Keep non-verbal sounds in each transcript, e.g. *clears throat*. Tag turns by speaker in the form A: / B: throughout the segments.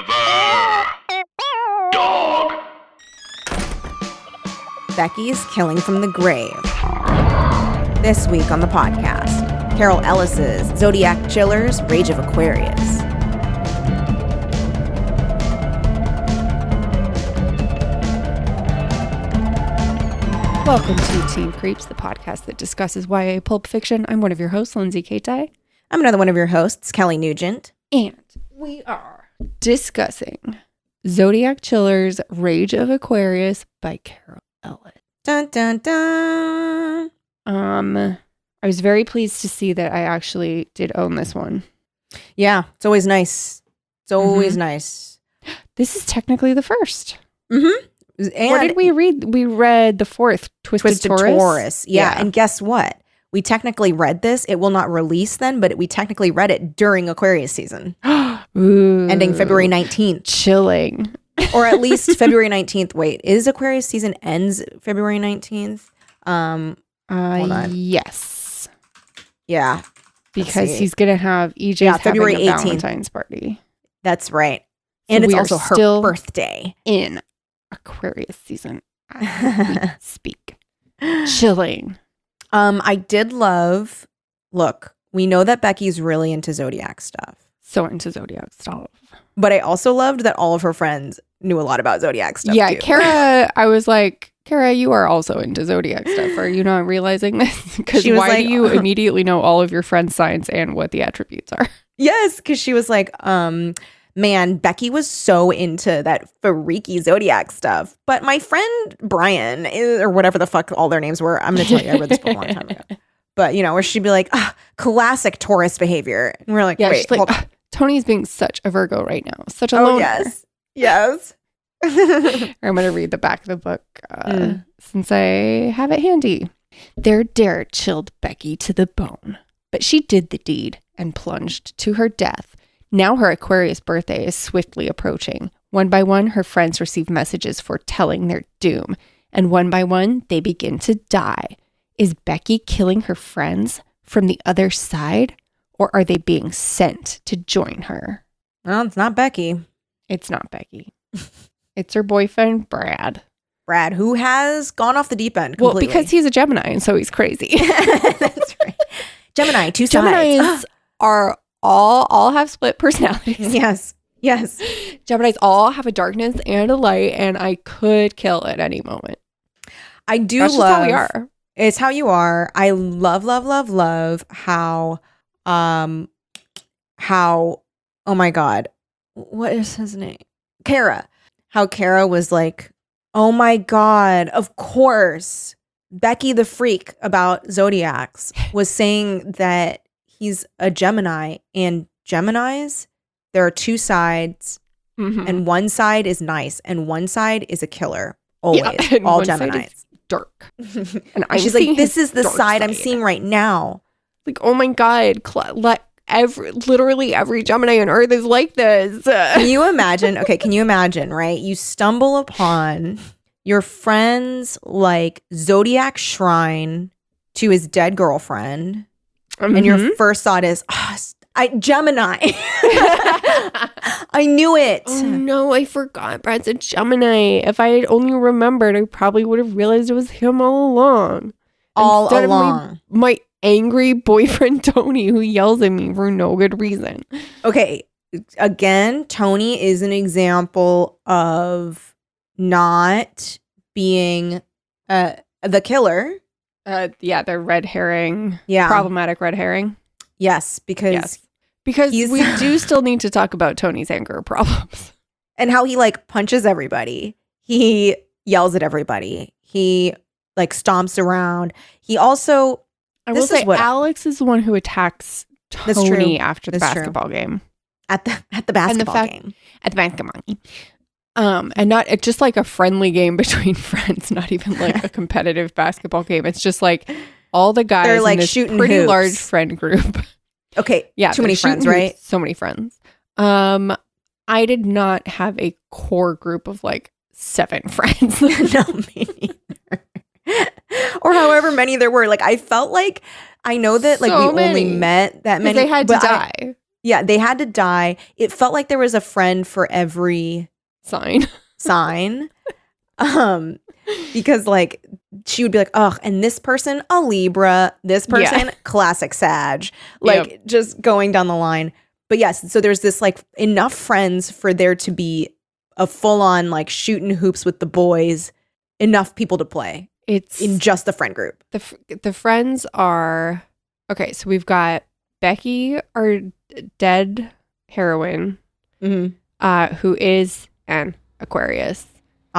A: Forever. Dog.
B: Becky is Killing from the Grave. This week on the podcast, Carol Ellis's Zodiac Chiller's Rage of Aquarius.
C: Welcome to Teen Creeps, the podcast that discusses YA pulp fiction. I'm one of your hosts, Lindsay Kate Dye,
B: I'm another one of your hosts, Kelly Nugent.
C: and we are discussing Zodiac Chiller's Rage of Aquarius by Carol Ellis.
B: Dun dun dun.
C: Um, I was very pleased to see that I actually did own this one.
B: Yeah, it's always nice. It's
C: Mm-hmm.
B: always nice.
C: This is technically the first.
B: Mm-hmm. And
C: what did we read? We read the fourth, Twisted,
B: Twisted
C: Taurus.
B: Taurus. Yeah. and guess what? We technically read this. It will not release then, but we technically read it during Aquarius season,
C: *gasps* Ooh.
B: ending February 19th,
C: Chilling.
B: or at least February 19th. Wait, is Aquarius season ends February 19th? Um, Hold
C: Uh,
B: on.
C: yes.
B: yeah,
C: Because
B: see.
C: he's going to have E EJ's
B: Yeah, February
C: February
B: 18th.
C: Valentine's party.
B: That's right.
C: So
B: And it's
C: we are
B: also her
C: still-
B: birthday.
C: in Aquarius season.
B: *laughs*
C: as we speak. Chilling.
B: um, I did love. Look, we know that Becky's really into zodiac stuff,
C: So into zodiac stuff.
B: but I also loved that all of her friends knew a lot about zodiac stuff.
C: yeah,
B: too. *laughs*
C: Kara, I was like, Kara, you are also into zodiac stuff. Are you not realizing this? *laughs* Because
B: She was
C: why
B: like, uh-huh.
C: do you immediately know all of your friend's signs and what the attributes are?
B: Yes, because she was like, um, man, Becky was so into that freaky zodiac stuff. But my friend Brian, is, or whatever the fuck all their names were, I'm going to tell you, I read this book a long time ago.
C: *laughs*
B: But, you know, where she'd be like, ah, classic Taurus behavior. And we're like,
C: *laughs* Yeah,
B: wait,
C: she's like,
B: hold
C: "Ah, Tony's being such a Virgo right now. Such
B: *laughs*
C: a
B: Oh
C: loner. *laughs*
B: yes, yes.
C: I'm going to read the back of the book uh,
B: Mm.
C: since I have it handy. Their dare chilled Becky to the bone, but she did the deed and plunged to her death. Now her Aquarius birthday is swiftly approaching. One by one, her friends receive messages foretelling their doom, and one by one, they begin to die. Is Becky killing her friends from the other side, or are they being sent to join her?
B: well, it's not Becky.
C: It's not Becky. *laughs* it's her boyfriend, Brad.
B: Brad, who has gone off the deep end
C: Well,
B: completely.
C: because he's a Gemini, and so he's crazy.
B: *laughs* that's right. Gemini, two *gasps*
C: Geminis
B: sides.
C: are all all have
B: *laughs*
C: split
B: *gasps*
C: personalities.
B: yes, yes.
C: Geminis all have a darkness and a light, and I could kill at any moment.
B: I do
C: That's just
B: love.
C: how we are.
B: It's how you are. I love, love, love, love how, um, how. Oh my God, what is his name? Kara. How Kara was like, oh my God, of course. Becky the freak about
C: *laughs*
B: zodiacs was saying that he's a Gemini and Geminis, there are two sides,
C: Mhm.
B: and one side is nice and one side is a killer. Always.
C: *laughs* and
B: All
C: one side
B: Geminis.
C: is dark. *laughs* And
B: And
C: I'm
B: she's
C: seeing
B: like, this
C: his
B: is the
C: dark
B: side I'm seeing right now.
C: *laughs* Like, oh my god, cl- let every literally every Gemini on Earth is like this. *laughs*
B: Can you imagine? Okay, can you imagine, right? You stumble upon your friend's like zodiac shrine to his dead girlfriend, and
C: Mhm.
B: your first thought is, "Ah, s- I, Gemini. *laughs* I knew it. *laughs*
C: *laughs* Oh no, I forgot Brad's a Gemini. If I had only remembered, I probably would have realized it was him all along.
B: All
C: Instead of me
B: along.
C: my angry boyfriend *laughs* Tony who yells at me for no good reason.
B: Okay. Again, Tony is an example of not being uh, the killer.
C: Uh, yeah, the red herring,
B: Yeah.
C: problematic red herring.
B: Yes, because
C: Yes. Because
B: He's-
C: we *laughs* do still need to talk about Tony's anger problems.
B: and how he like punches everybody. He yells at everybody. He like stomps around. He also
C: I
B: This
C: will
B: is
C: say
B: what-
C: Alex is the one who attacks Tony
B: That's true.
C: after the
B: That's true.
C: basketball game.
B: at the *laughs* at the basketball
C: fact-
B: game.
C: At the basketball game. Um, and not it's just like a friendly game *laughs* between friends, not even *laughs* like a competitive basketball game. It's just like all the guys in
B: like,
C: this
B: shooting
C: pretty
B: hoops.
C: large friend group
B: Okay,
C: Yeah,
B: too many
C: they're shooting
B: friends, right?
C: hoops. So many friends. Um, I did not have a core group of like seven
B: *laughs*
C: *laughs* friends.
B: no, me neither. *laughs* or however many there were. Like I felt like I know that like
C: So
B: we
C: many.
B: only met that
C: 'Cause
B: many.
C: they had to
B: but I-
C: die.
B: Yeah, they had to die. It felt like there was a friend for every
C: Sign.
B: sign. um because like she would be like, "Oh, and this person a Libra, this
C: Yeah.
B: person classic Sag." Like just going down the line. But yes, so there's this like enough friends for there to be a full-on like shooting hoops with the boys, enough people to play
C: It's
B: in just the friend group.
C: the fr- the friends are okay. So we've got Becky, our d- dead heroine,
B: Mhm.
C: uh, who is an Aquarius.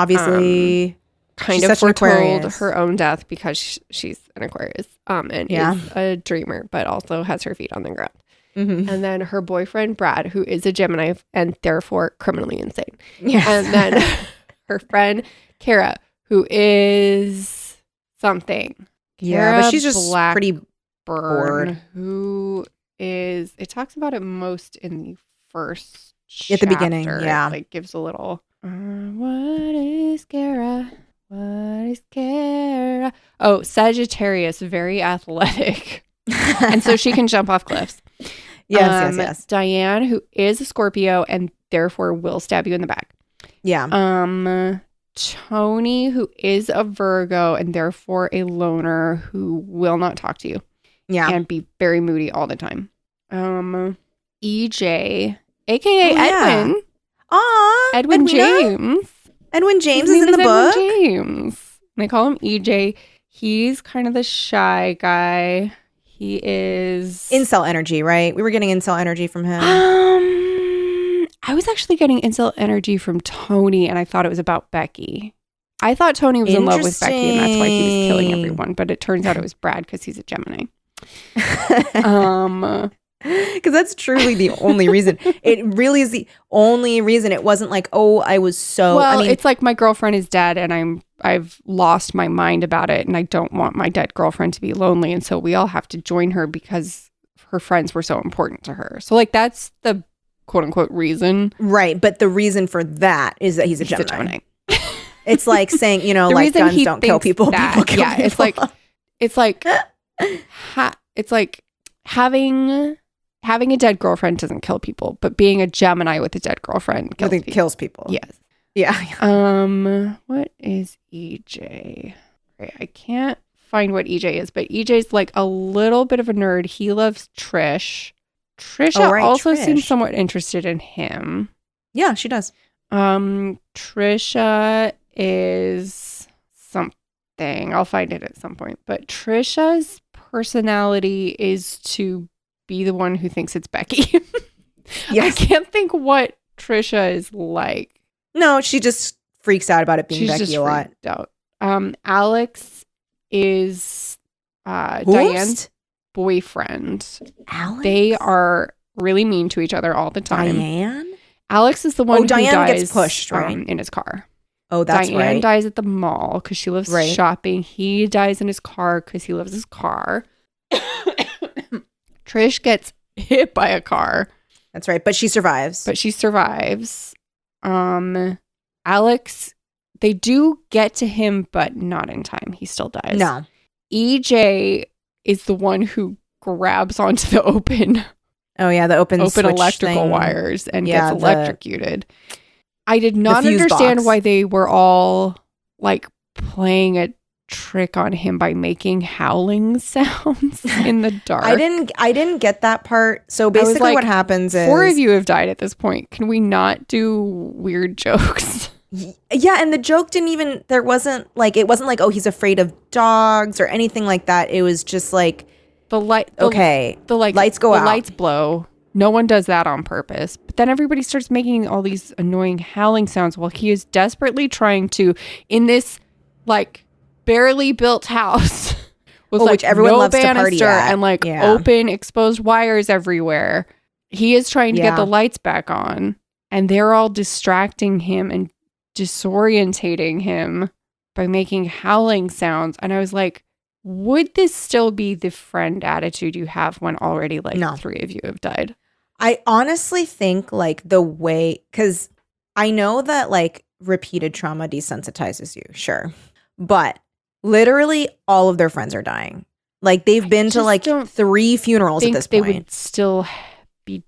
B: Obviously,
C: Kind
B: She's
C: of
B: such an
C: foretold
B: Aquarius.
C: her own death because sh- she's an Aquarius, um, and
B: Yeah.
C: is a dreamer, but also has her feet on the ground.
B: Mhm.
C: And then her boyfriend Brad, who is a Gemini and therefore criminally insane.
B: *laughs* yeah.
C: and then her friend Kara, who is something.
B: yeah, but
C: Kara
B: she's just
C: Black-
B: pretty
C: Byrne,
B: Bored.
C: who is it talks about it most in the first
B: At the beginning,
C: chapter. It,
B: yeah.
C: like gives a little. Uh, what is Kara? What is Kara? Oh, Sagittarius, very athletic, and so she can jump off cliffs.
B: *laughs* yes,
C: Um,
B: yes,
C: Diane, who is a Scorpio and therefore will stab you in the back.
B: yes. Yeah. Mm-hmm.
C: Um, Tony, who is a Virgo and therefore a loner who will not talk to you
B: Yeah.
C: and be very moody all the time. Um, EJ, aka
B: Oh, yeah.
C: Edwin,
B: Aw,
C: Edwin
B: Edwina?
C: James.
B: Edwin James
C: His
B: is in
C: name
B: the book.
C: Edwin James. They call him EJ. He's kind of the shy guy. He is
B: Incel energy, right? We were getting incel energy from *laughs*
C: Ah.
B: him.
C: Um, I was actually getting incel energy from Tony, and I thought it was about Becky. I thought Tony was in love with Becky, and that's why he was killing
B: Interesting.
C: everyone. But it turns out
B: *laughs*
C: it was Brad because he's a Gemini. Um,
B: Because that's truly the only reason. It really is the only reason. It wasn't like, oh, I was so.
C: well,
B: I mean,
C: it's like my girlfriend is dead, and I'm I've lost my mind about it, and I don't want my dead girlfriend to be lonely, and so we all have to join her because her friends were so important to her. So like that's the quote unquote reason.
B: right. But the reason for that is that he's a
C: He's
B: Gemini. It's like saying, you know,
C: The
B: like
C: reason
B: guns
C: he
B: don't kill
C: thinks
B: people.
C: that-
B: people kill
C: yeah,
B: people.
C: it's like- *laughs* it's like
B: *laughs*
C: ha- it's like having having a dead girlfriend doesn't kill people, but being a Gemini with a dead girlfriend
B: I
C: kills
B: think
C: people.
B: kills people.
C: Yes.
B: Yeah.
C: Um, what is EJ? Right, I can't find what EJ is, but EJ's like a little bit of a nerd. He loves Trish. Trisha
B: Oh, right,
C: also
B: Trish.
C: seems somewhat interested in him.
B: Yeah, she does.
C: Um, Trisha is something. I'll find it at some point. But Trisha's personality is to be the one who thinks it's Becky. *laughs*
B: Yes.
C: I can't think what Trisha is like.
B: No, she just freaks out about it being
C: She's
B: Becky
C: just
B: a lot.
C: freaked out. Um, Alex is uh,
B: Who's?
C: Diane's boyfriend.
B: Alex?
C: They are really mean to each other all the time.
B: Diane?
C: Alex is the one
B: Oh,
C: who
B: Diane
C: dies
B: gets pushed, right?
C: um, in his car.
B: Oh, that's
C: Diane
B: right.
C: dies at the mall because she loves
B: Right.
C: shopping. He dies in his car because he loves
B: *coughs*
C: his car. Trish gets *laughs* hit by a car,
B: that's right. But she survives.
C: but she survives. Um, Alex, they do get to him, but not in time. He still dies.
B: no.
C: EJ is the one who grabs onto the *laughs* open
B: Oh yeah, the open
C: open
B: switch
C: electrical
B: thing.
C: wires and
B: Yeah,
C: gets
B: the-
C: electrocuted. I did not
B: fuse
C: understand
B: box.
C: why they were all like playing a trick on him by making howling *laughs* sounds in the
B: *laughs*
C: dark.
B: I didn't. I didn't get that part. So
C: was
B: basically,
C: like,
B: what happens is
C: Four of you have died at this point. Can we not do weird *laughs* jokes?
B: Y- Yeah, and the joke didn't even. There wasn't like it wasn't like oh he's afraid of dogs or anything like that. It was just like
C: The light. The,
B: okay,
C: The like
B: Lights go
C: the
B: out.
C: Lights blow. No one does that on purpose. But then everybody starts making all these annoying howling sounds while he is desperately trying to in this like barely built house *laughs* with
B: Oh,
C: like
B: which everyone
C: no
B: loves to party
C: banister
B: at.
C: and like
B: Yeah.
C: open exposed wires everywhere. He is trying to
B: Yeah.
C: get the lights back on, and they're all distracting him and disorientating him by making howling sounds. And I was like, would this still be the friend attitude you have when already like
B: No.
C: three of you have died?
B: I honestly think like the way because I know that like repeated trauma desensitizes you, sure, but literally all of their friends are dying. Like they've
C: I
B: been to
C: just
B: like
C: don't
B: three funerals at
C: think
B: this
C: they
B: point.
C: would still be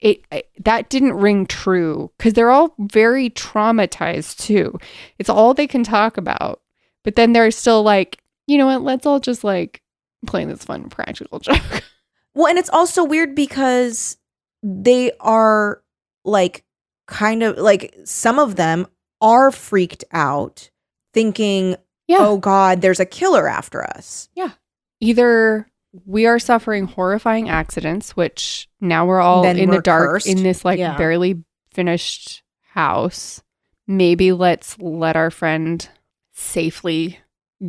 C: it, it that didn't ring true because they're all very traumatized too. It's all they can talk about, but then they're still like, you know what? Let's all just like play this fun practical *laughs* joke.
B: Well, and it's also weird because they are like kind of like some of them are freaked out thinking,
C: Yeah.
B: oh God, there's a killer after us.
C: Either we are suffering horrifying accidents, which now we're all
B: Then
C: in the
B: we're
C: dark
B: cursed.
C: in this like
B: Yeah.
C: barely finished house. Maybe let's let our friend safely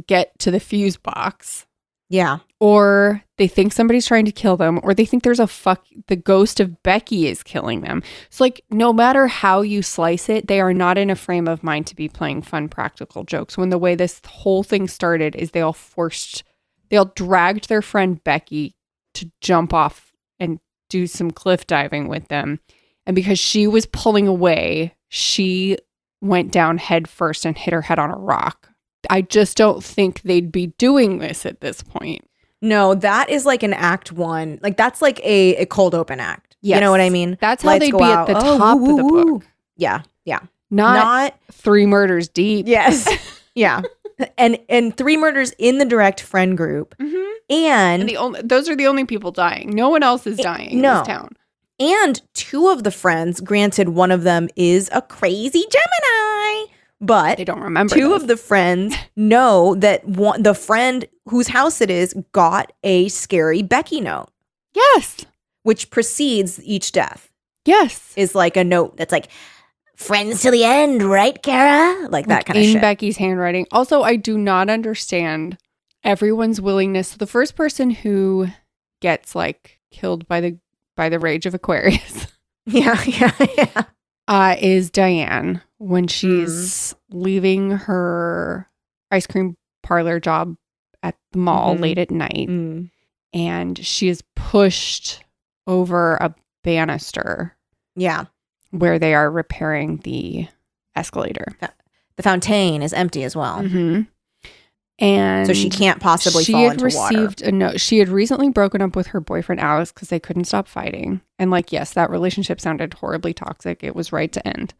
C: get to the fuse box.
B: Yeah.
C: or they think somebody's trying to kill them, or they think there's a fuck, the ghost of Becky is killing them. So, like, no matter how you slice it, they are not in a frame of mind to be playing fun practical jokes. When the way this whole thing started is they all forced, they all dragged their friend Becky to jump off and do some cliff diving with them. And because she was pulling away, she went down head first and hit her head on a rock. I just don't think they'd be doing this at this point.
B: No, that is like an act one. Like that's like a, a cold open act. You
C: Yes.
B: know what I mean?
C: That's how
B: Lights
C: they'd
B: go
C: be
B: out.
C: at the
B: Oh,
C: top
B: woo,
C: of the
B: woo, woo.
C: book.
B: Yeah. Yeah.
C: Not,
B: Not
C: *laughs* three murders deep. *laughs*
B: Yes. yeah. And and three murders in the direct friend group.
C: Mm-hmm.
B: And
C: And the only those are the only people dying. No one else is
B: It-
C: dying in
B: no.
C: this town.
B: and two of the friends, granted one of them is a crazy Gemini, but
C: They don't remember.
B: two
C: this.
B: of the
C: *laughs*
B: friends know that one the friend whose house it is got a scary Becky note,
C: yes,
B: which precedes each death.
C: yes,
B: Is like a note that's like friends to the end, right, Kara? Like that kind of
C: in
B: shit.
C: Becky's handwriting. Also, I do not understand everyone's willingness. So the first person who gets like killed by the by the rage of Aquarius
B: *laughs*
C: *laughs*
B: yeah, yeah, yeah.
C: uh, is Diane when
B: Hmm.
C: she's leaving her ice cream parlor job at the mall
B: Mhm.
C: late at night.
B: Mm,
C: and she is pushed over a banister
B: Yeah.
C: where they are repairing the escalator.
B: The fountain is empty as well.
C: Mhm. And
B: So she can't possibly
C: she
B: fall
C: had
B: into water.
C: received a note. She had recently broken up with her boyfriend Alex because they couldn't stop fighting. And like, yes, that relationship sounded horribly toxic. It was right to end.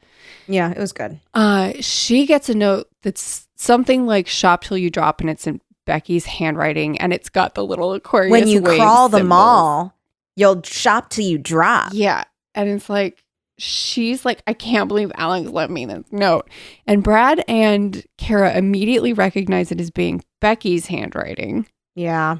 B: Yeah, it was good.
C: Uh, she gets a note that's something like "Shop till you drop," and it's in Becky's handwriting, and it's got the little Aquarius.
B: when you
C: wave
B: crawl the
C: symbols.
B: mall, you'll shop till you drop.
C: Yeah. And it's like, she's like, I can't believe Alex left me this note. And Brad and Kara immediately recognize it as being Becky's handwriting.
B: Yeah.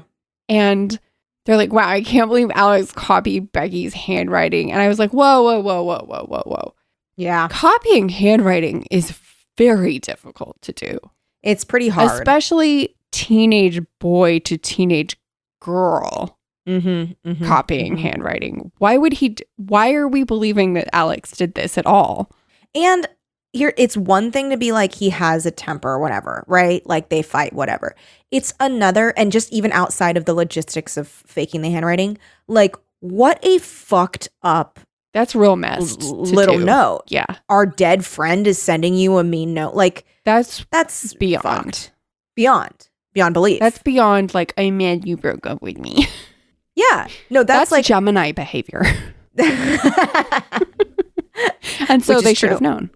C: And they're like, wow, I can't believe Alex copied Becky's handwriting. And I was like, whoa, whoa, whoa, whoa, whoa, whoa, whoa.
B: Yeah.
C: Copying handwriting is very difficult to do,
B: It's pretty hard.
C: especially teenage boy to teenage girl.
B: mm-hmm, hmm
C: copying
B: Mhm.
C: handwriting. Why would he? d- Why are we believing that Alex did this at all?
B: And here, it's one thing to be like, he has a temper, whatever, right? Like they fight, whatever. It's another, and just even outside of the logistics of faking the handwriting, like what a fucked up
C: That's real
B: l-
C: mess. to
B: little
C: do.
B: note.
C: Yeah,
B: Our dead friend is sending you a mean note. Like
C: that's
B: that's
C: beyond.
B: fucked. beyond, beyond belief.
C: That's beyond. Like I'm mad you broke up with me.
B: yeah. No,
C: That's,
B: that's, like *laughs*
C: Gemini behavior, *laughs*
B: they
C: and so
B: Which
C: they
B: is
C: should have
B: true.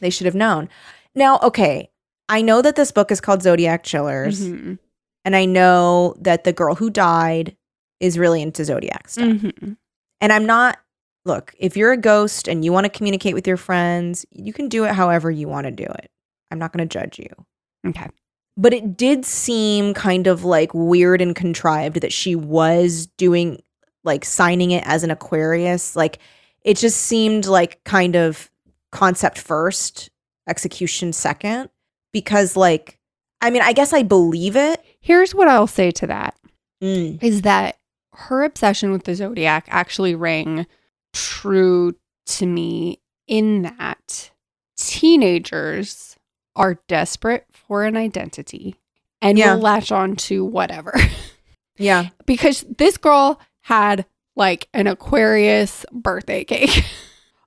C: known.
B: should have known. Now, okay, I know that this book is called Zodiac Chillers,
C: Mhm.
B: and I know that the girl who died is really into zodiac stuff.
C: Mhm.
B: And I'm not. Look, if you're a ghost and you want to communicate with your friends, you can do it however you want to do it. I'm not going to judge you.
C: Okay.
B: But it did seem kind of like weird and contrived that she was doing like signing it as an Aquarius. Like it just seemed like kind of concept first, execution second, because like, I mean, I guess I believe it.
C: Here's what I'll say to that.
B: Mm.
C: is that her obsession with the zodiac actually rang true to me in that teenagers are desperate for an identity and
B: Yeah.
C: will latch on to whatever.
B: Yeah.
C: because this girl had like an Aquarius birthday cake.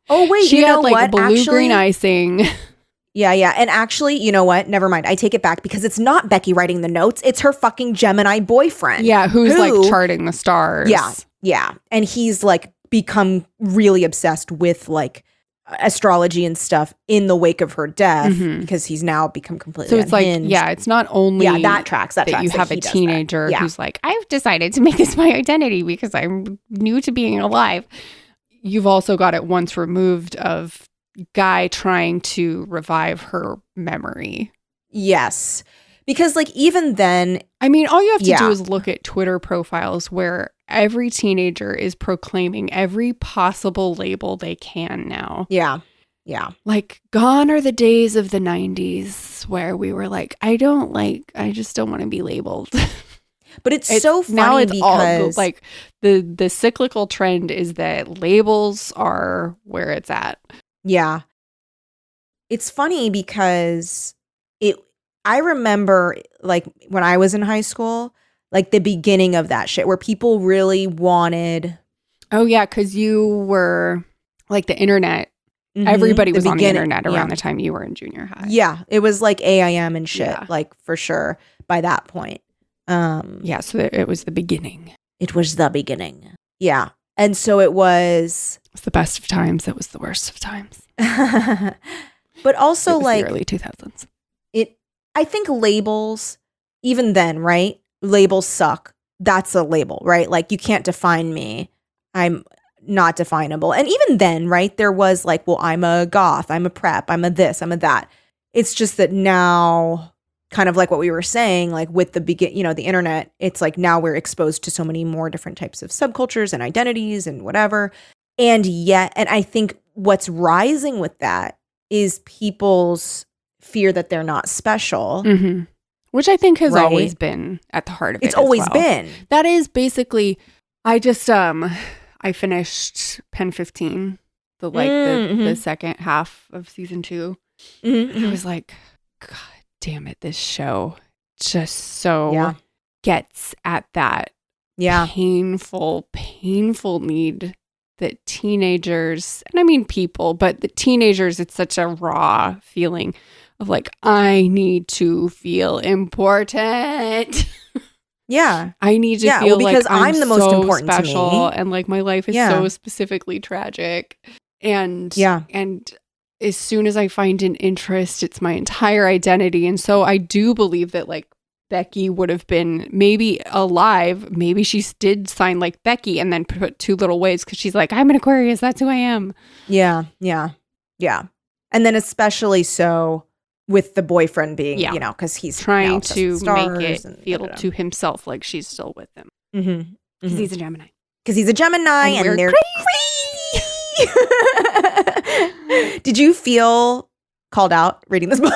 B: Oh, wait,
C: she
B: you
C: had
B: know
C: like
B: what?
C: blue
B: actually,
C: green icing.
B: Yeah, yeah. And actually, you know what? Never mind. I take it back because it's not Becky writing the notes. It's her fucking Gemini boyfriend.
C: Yeah, who's
B: Who-
C: like charting the stars.
B: Yeah. Yeah. And he's like become really obsessed with like astrology and stuff in the wake of her death
C: Mhm.
B: because he's now become completely
C: So it's like,
B: unhinged.
C: yeah, it's not only
B: yeah that tracks that,
C: that
B: tracks
C: you have
B: he
C: a
B: does that.
C: teenager
B: yeah
C: who's like, I've decided to make this my identity because I'm new to being alive. You've also got it once removed of guy trying to revive her memory.
B: yes because like even then
C: I mean, all you have to do
B: Yeah.
C: is look at Twitter profiles where every teenager is proclaiming every possible label they can now.
B: yeah yeah
C: like gone are the days of the 90s where we were like i don't like i just don't want to be labeled *laughs*
B: but it's,
C: It's-
B: so funny
C: now it's
B: because
C: all like the the cyclical trend is that labels are where it's at
B: Yeah. It's funny because it I remember like when I was in high school, like the beginning of that shit where people really wanted
C: oh yeah because you were like the internet
B: Mhm,
C: everybody was on the
B: beginning-
C: internet
B: yeah.
C: around the time you were in junior high
B: Yeah, it was like AIM and shit,
C: Yeah.
B: like for sure by that point. Um
C: yeah so it was the beginning
B: it was the beginning. Yeah. And so it was *laughs*
C: it was the best of times it was the worst of times
B: but
C: It
B: also
C: was the
B: like
C: early 2000s
B: it i think labels even then right labels suck that's a label right like you can't define me i'm not definable and even then right there was like well i'm a goth i'm a prep i'm a this i'm a that it's just that now kind of like what we were saying like with the begin you know the internet it's like now we're exposed to so many more different types of subcultures and identities and whatever and yet and i think what's rising with that is people's fear that they're not special
C: hmm which i think has
B: Right.
C: always been at the heart of
B: it's
C: it as
B: always
C: well.
B: been
C: that is basically i just um i finished pen 15 the like the, the
B: Mhm.
C: second half of season 2 and i
B: Mhm.
C: was like god damn it this show just so
B: Yeah.
C: gets at that
B: *laughs* yeah
C: painful painful need that teenagers and i mean people but the teenagers it's such a raw feeling of like i need to feel important
B: yeah
C: I need to
B: Yeah,
C: feel
B: well, because
C: like I'm, the most important
B: to
C: special
B: me.
C: and like my life is
B: Yeah.
C: so specifically tragic. And
B: Yeah.
C: and as soon as I find an interest, it's my entire identity. And so I do believe that like Becky would have been maybe alive. Maybe she s- did sign like Becky and then put two little waves because she's like, I'm an Aquarius. That's who I am.
B: yeah yeah yeah and then especially so with the boyfriend being
C: Yeah.
B: you know because he's
C: Trying to make it feel to himself like she's still with him
B: because
C: because he's a Gemini.
B: Mm-hmm, *laughs* he's, a gemini
C: And
B: and,
C: we're
B: they're crazy *laughs* did you feel called out reading this *laughs* book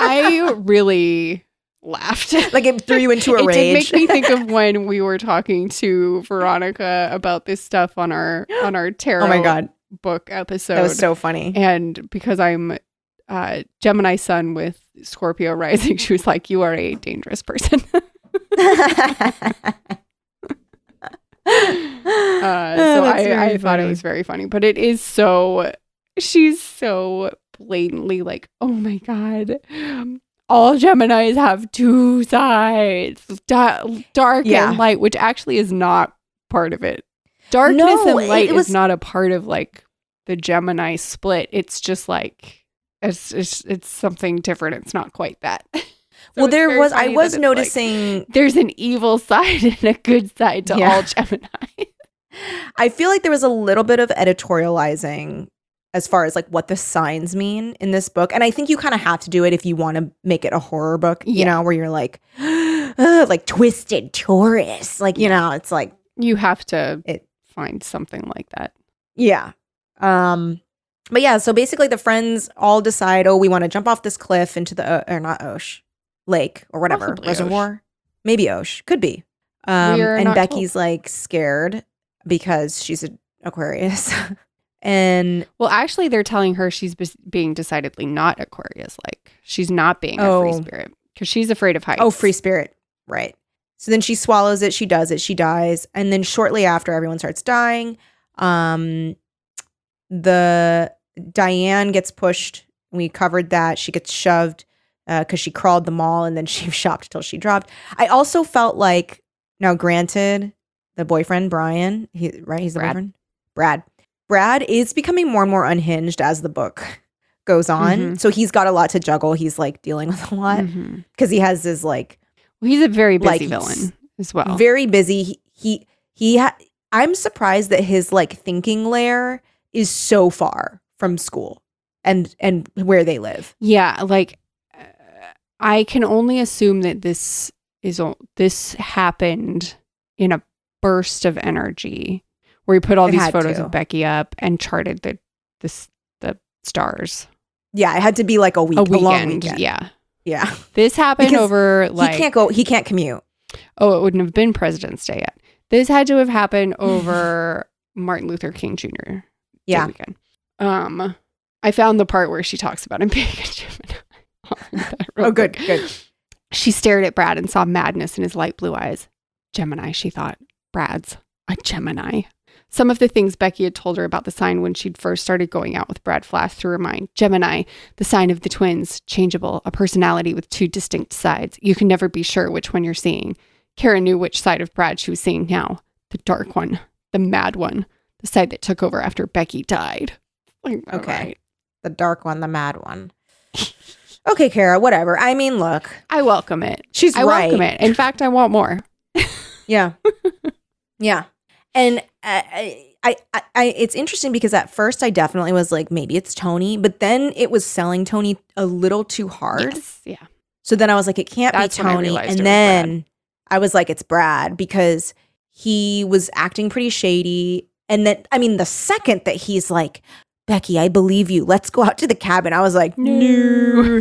C: I really laughed.
B: *laughs* like it threw you
C: *laughs*
B: into a
C: it
B: rage
C: did make me think
B: *laughs*
C: of when we were talking to Veronica about this stuff
B: *gasps*
C: on our on our tarot
B: oh my god
C: book episode.
B: that was so funny *laughs*
C: and *laughs* because I'm uh, Gemini Sun with Scorpio rising, *laughs* she was like, "You are a dangerous person." Uh,
B: Oh,
C: so I, I thought it was very funny, but it is so. She's so blatantly like, oh my god, all Gemini's have two sides, da- dark
B: Yeah.
C: and light, which actually is not part of it. Darkness
B: No,
C: and
B: it-
C: light
B: it was-
C: is not a part of like the Gemini split. It's just like it's it's, it's something different. It's not quite that. *laughs* So
B: well,
C: it's
B: there
C: very
B: was
C: funny
B: I
C: that
B: was
C: it's, like,
B: noticing.
C: there's an evil *laughs* side and a good side to
B: Yeah.
C: all Gemini.
B: I feel like there was a little bit of editorializing as far as like what the signs mean in this book, and I think you kind of have to do it if you want to make it a horror book. You
C: Yeah.
B: know, where you're like, *gasps* "Ugh," like twisted Taurus, like you know, it's like
C: you have to
B: It-
C: find something like that.
B: yeah. Um, but yeah, so basically the friends all decide, oh, we want to jump off this cliff into the o- or not Osh lake or whatever
C: Possibly
B: reservoir, maybe Osh could be. Um,
C: are
B: and
C: not
B: Becky's like scared because she's an Aquarius, *laughs* and
C: Well, actually, they're telling her she's bes- being decidedly not Aquarius. Like she's not being a free
B: Oh.
C: spirit because she's afraid of heights.
B: oh, free spirit, right? So then she swallows it, she does it, she dies, and then shortly after, everyone starts dying. Um, the Diane gets pushed. We covered that. She gets shoved because she crawled the mall and then *laughs* she shopped till she dropped. I also felt like now, granted, the boyfriend Brian, he right, he's the
C: Brad.
B: boyfriend Brad. Brad is becoming more and more unhinged as the book goes on.
C: Mhm.
B: So he's got a lot to juggle. He's like dealing with a lot
C: Mhm.
B: because he has his like
C: Well, he's a very
B: Like,
C: busy villain as well.
B: very busy. He he, he ha- I'm surprised that his like thinking layer is so far from school and and where they live.
C: yeah, like uh, I can only assume that this is o- this happened in a burst of energy where he put all
B: It
C: these
B: had
C: photos
B: to.
C: of Becky up and charted the this the stars.
B: Yeah, it had to be like a week, a,
C: a weekend.
B: long weekend.
C: Yeah.
B: yeah. *laughs*
C: This happened
B: Because
C: over like
B: he can't go. He can't commute.
C: oh, it wouldn't have been President's Day yet. This had to
B: *laughs*
C: have happened over Martin Luther King Jr. Day
B: Yeah.
C: weekend. Um I found the part where she talks about him *laughs* being a Gemini. I'll read that real
B: Oh, good,
C: quick.
B: good.
C: She stared at Brad and saw madness in his light blue eyes. Gemini, she thought. Brad's a Gemini. Some of the things Becky had told her about the sign when she'd first started going out with Brad flashed through her mind. Gemini, the sign of the twins, changeable, a personality with two distinct sides. You can never be sure which one you're seeing. Kara knew which side of Brad she was seeing now the dark one, the mad one, the side that took over after Becky died. Like, all
B: Okay.
C: right.
B: The dark one, the mad one. Okay, Kara. Whatever. I mean, look,
C: I welcome it.
B: she's
C: I
B: right.
C: welcome it. In fact, I want more. *laughs*
B: Yeah. yeah. And uh, I, I, I, I, it's interesting because at first I definitely was like, maybe it's Tony, but then it was selling Tony a little too hard.
C: Yes. Yeah.
B: So then I was like, it can't
C: That's
B: be
C: when I
B: Tony.
C: realized it
B: And
C: was
B: then I was like, it's Brad because he was acting pretty shady. And then, I mean, the second that he's like, Becky, I believe you. Let's go out to the cabin. I was like,
C: No.
B: no,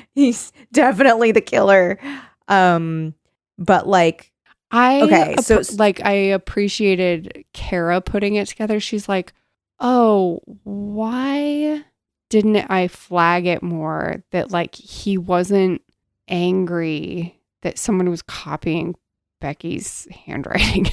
B: *laughs* he's definitely the killer. Um, but like,
C: I
B: Okay,
C: okay,
B: so-
C: so like I appreciated Kara putting it together. She's like, "Oh, why didn't I flag it more that like he wasn't angry that someone was copying Becky's handwriting?"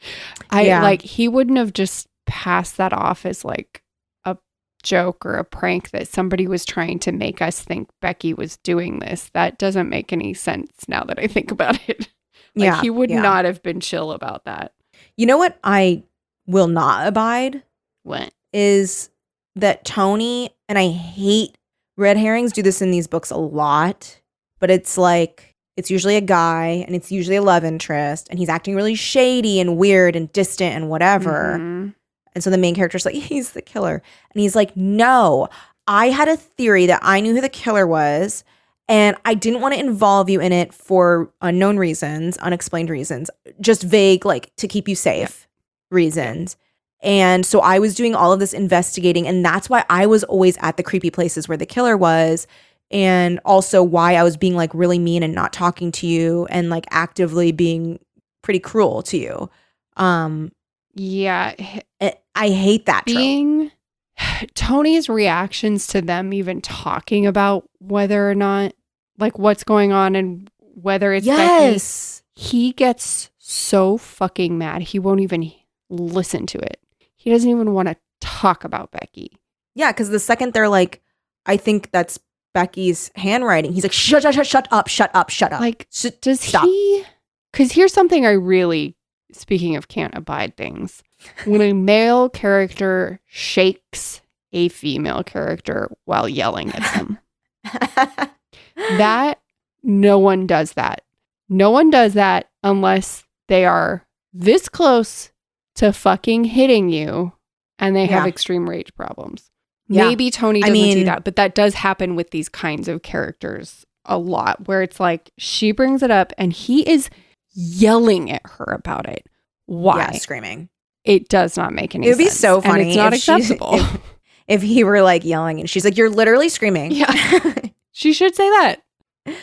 C: *laughs* I
B: Yeah.
C: like he wouldn't have just passed that off as like a joke or a prank that somebody was trying to make us think Becky was doing this. That doesn't make any sense now that I think about it. Like
B: yeah,
C: he would
B: yeah.
C: not have been chill about that.
B: You know what I will not abide
C: What?
B: is that Tony and I hate red herrings do this in these books a lot, but it's like it's usually a guy and it's usually a love interest and he's acting really shady and weird and distant and whatever.
C: Mm-hmm.
B: And so the main character's like, *laughs* he's the killer. And he's like, no, I had a theory that I knew who the killer was. And I didn't want to involve you in it for unknown reasons, unexplained reasons, just vague, like to keep you safe reasons. And so I was doing all of this investigating. And that's why I was always at the creepy places where the killer was. And also why I was being like really mean and not talking to you and like actively being pretty cruel to you. Um,
C: Yeah, h-
B: I I hate that trope.
C: being *sighs* Tony's reactions to them even talking about whether or not like what's going on and whether it's Becky,
B: yes.
C: he gets so fucking mad. He won't even listen to it. He doesn't even want to talk about Becky.
B: Yeah, because the second they're like, I think that's Becky's handwriting, he's like, shut, shut, shut, shut up, shut up, shut up.
C: Like,
B: Shut-
C: Does
B: Stop.
C: he? Because here's something I really, speaking of can't abide things, when a male character shakes a female character while yelling at them, *laughs* that no one does that. No one does that unless they are this close to fucking hitting you and they have
B: Yeah.
C: extreme rage problems.
B: Yeah.
C: Maybe Tony
B: I
C: doesn't do
B: mean-
C: that, but that does happen with these kinds of characters a lot where it's like she brings it up and he is yelling at her about it. Why?
B: Yeah, screaming.
C: It does not make any
B: It would be
C: sense.
B: so
C: and
B: funny
C: it's not
B: if she- *laughs*
C: acceptable.
B: if- If he were like yelling and she's like, You're literally screaming.
C: Yeah. she should say that.
B: *laughs*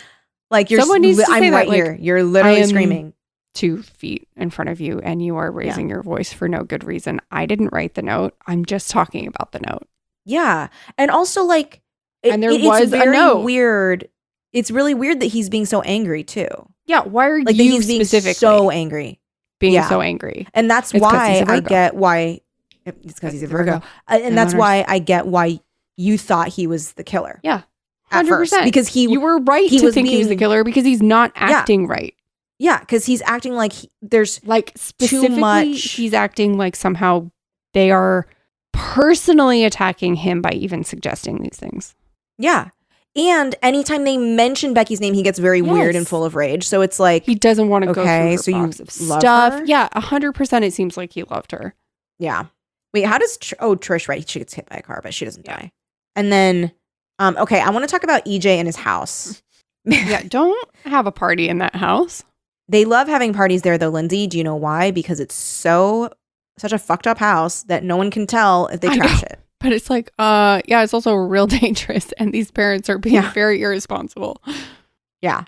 B: like you're
C: Someone needs to
B: I'm
C: say that,
B: right
C: like,
B: here. You're literally
C: I am-
B: screaming.
C: two feet in front of you and you are raising your voice for no good reason. I didn't write the note. I'm just talking about the note.
B: Yeah. And also like
C: And there
B: it's
C: was a
B: very
C: note.
B: weird. It's really weird that he's being so angry too.
C: Yeah. Why are
B: Like that
C: you
B: he's being
C: specifically
B: so angry.
C: being
B: yeah.
C: so angry?
B: And that's
C: It's 'cause he's
B: why
C: a
B: I
C: Virgo.
B: get why it's because he's a Virgo. Uh, And,
C: And
B: that's why
C: Leonard's-
B: I get why you thought he was the killer.
C: Yeah.
B: At first.
C: 100%.
B: Because he
C: you were right
B: he
C: to
B: was
C: think he was the
B: being-
C: killer because he's not acting right.
B: Yeah, because he's acting like he, there's
C: Like specifically,
B: much-
C: he's acting like somehow They are personally attacking him by even suggesting these things.
B: Yeah. And anytime they mention Becky's name, he gets very weird and
C: Yes.
B: full of rage. So it's like,
C: He doesn't want to go
B: Okay,
C: through her
B: so you
C: box of
B: love
C: stuff.
B: her?
C: Yeah, hundred percent. It seems like he loved her.
B: yeah. Wait, how does Tr- oh Trish right? She gets hit by a car, but she doesn't
C: Yeah.
B: die. And then, um, okay, I want to talk about EJ and his house.
C: *laughs* Yeah, don't have a party in that house.
B: They love having parties there though, Lindsay. Do you know why? Because it's so such a fucked up house that no one can tell if they
C: I
B: trash it.
C: But it's like, uh, yeah, it's also real *laughs* dangerous, and these parents are being
B: Yeah. Mm-hmm.
C: very irresponsible.
B: Yeah.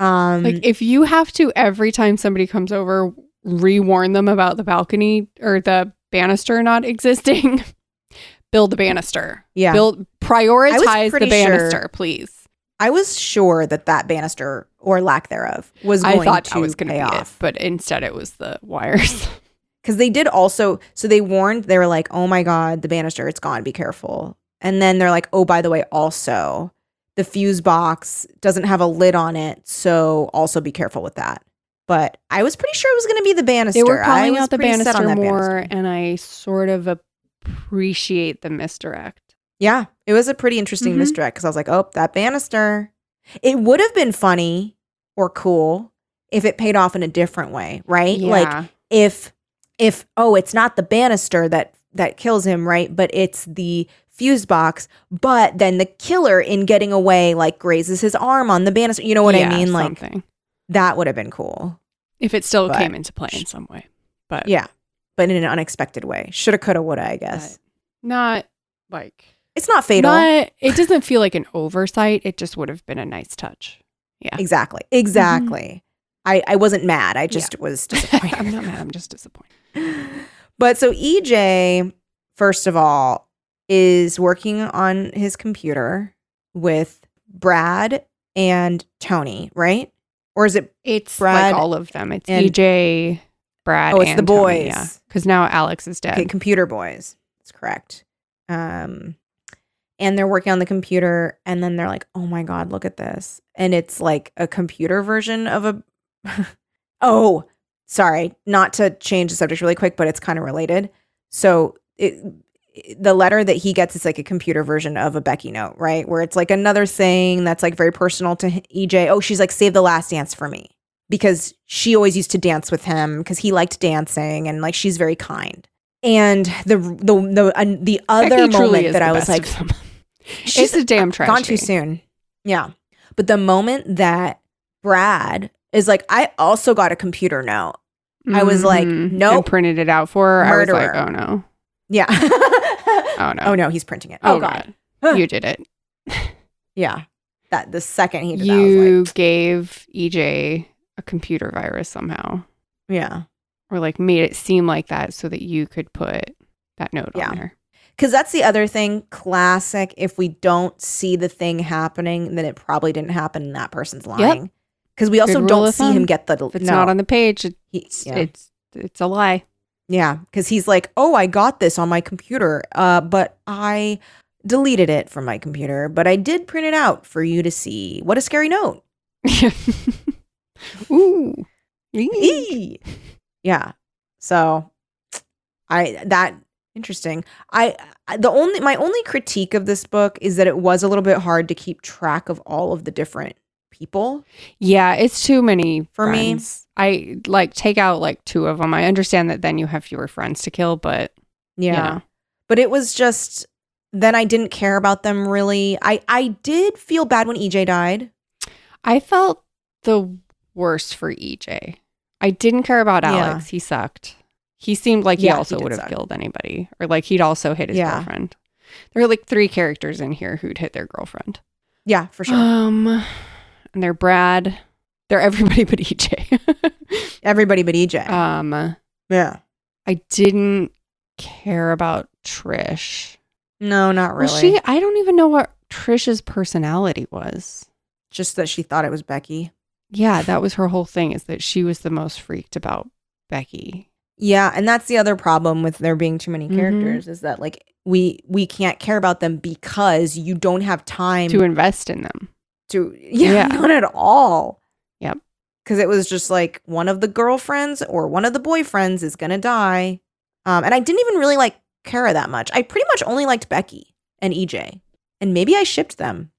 B: Um
C: Like, if you have to every time somebody comes over, rewarn them about the balcony or the banister not existing, *laughs* build the banister.
B: yeah.
C: Build prioritize the
B: pretty
C: banister,
B: sure
C: please.
B: I was sure that that banister or lack thereof was going
C: I thought
B: to
C: I was going
B: pay
C: to be
B: off.
C: it, but instead it was the
B: *laughs*
C: wires.
B: because they did also so they warned they were like oh my god the banister it's gone be careful and then they're like oh by the way also the fuse box doesn't have a lid on it so also be careful with that but i was pretty sure it was going to be the banister
C: they were
B: I
C: calling
B: was
C: out the
B: pretty set
C: banister
B: on that
C: more,
B: banister.
C: and I sort of appreciate the misdirect.
B: yeah it was a pretty interesting
C: Mhm.
B: misdirect because i was like oh that banister it would have been funny or cool if it paid off in a different way right like if if oh it's not the banister that that kills him right but it's the fuse box but then the killer in getting away like grazes his arm on the banister you know what i
C: Yeah,
B: mean like
C: something.
B: that would have been cool
C: if it still
B: But-
C: came into play in some way, but
B: yeah but in an unexpected way shoulda coulda woulda i guess
C: not like
B: it's not fatal
C: not- it doesn't feel like an oversight. It just would have been a nice
B: *laughs*
C: touch.
B: exactly
C: Mm-hmm.
B: exactly I, I wasn't mad i just
C: *laughs*
B: was disappointed
C: I'm not mad. I'm just disappointed.
B: but so EJ, first of all, is working on his computer with Brad and Tony, right? Or is it?
C: It's
B: Brad
C: like all of them. It's
B: and-
C: EJ, Brad.
B: Oh, it's
C: and
B: the
C: Tony,
B: boys.
C: yeah, because now Alex is dead.
B: Okay, computer boys. That's correct. Um, and they're working on the computer, and then they're like, "Oh my god, look at this!" And it's like a computer version of a. *laughs* oh, sorry, not to change the subject really quick, but it's kind of related. So it, the letter that he gets is like a computer version of a Becky note, right? Where it's like another thing that's like very personal to h- EJ. Oh, she's like, save the last dance for me because she always used to dance with him because he liked dancing and like she's very kind. And the the the, uh, the other
C: Becky truly
B: moment
C: is
B: that
C: the
B: I was
C: best
B: like,
C: of them.
B: she's
C: it's a damn tragedy.
B: gone too soon. Yeah. But the moment that Brad is like, I also got a computer note. *laughs* I was like,
C: Mhm. And
B: nope.
C: printed it out for her. I was like,
B: Murderer.
C: oh no,
B: Yeah. *laughs*
C: oh no,
B: oh no, he's printing it. Oh, god. Huh.
C: you did it.
B: Yeah. That the second he did that, I was
C: you
B: like,
C: gave EJ a computer virus somehow,
B: yeah.
C: or like made it seem like that so that you could put that note
B: Yeah.
C: on there.
B: Because that's the other thing, classic. If we don't see the thing happening, then it probably didn't happen, and that person's lying. Because we also
C: Good rule
B: don't
C: of
B: see him
C: thumb.
B: get the.
C: If it's not on the page, it's
B: He, yeah.
C: it's it's a lie. *laughs*
B: *laughs* Yeah, because he's like, oh, I got this on my computer, uh, but I deleted it from my computer, but I did print it out for you to see. What a scary note.
C: Ooh. Eek.
B: Eee. Yeah. So I that interesting. I I- the only my only critique of this book is that it was a little bit hard to keep track of all of the different people.
C: Yeah, it's too many
B: For me-
C: me. I like take out like two of them. I understand that then you have fewer friends to kill, but
B: Yeah.
C: Yeah.
B: But it was just then I didn't care about them really. I I did feel bad when EJ died.
C: I felt the worst for EJ. I didn't care about
B: Yeah.
C: Alex. He sucked. He seemed like he
B: Yeah, he
C: also
B: did
C: would have
B: suck.
C: killed anybody or like he'd also hit his
B: Yeah.
C: girlfriend. There were like three characters in here who'd hit their girlfriend.
B: Yeah, for
C: *gasps*
B: sure.
C: Um and they're Brad. They're everybody but *laughs* EJ.
B: Everybody but EJ.
C: um
B: yeah.
C: I didn't care about Trish.
B: No, not really.
C: Well, she I don't even know what Trish's personality was.
B: just that she thought it was Becky.
C: Yeah, that was her whole thing is that she was the most freaked about Becky.
B: Yeah, and that's the other problem with there being too many
C: Mhm.
B: characters is that like we we can't care about them because you don't have time
C: to
B: to,
C: invest in them.
B: yeah, *laughs*
C: Yeah.
B: not at all.
C: Yep.
B: Cuz it was just like one of the girlfriends or one of the boyfriends is going to die. Um and I didn't even really like Kara that much. I pretty much only liked Becky and EJ, and maybe I shipped them.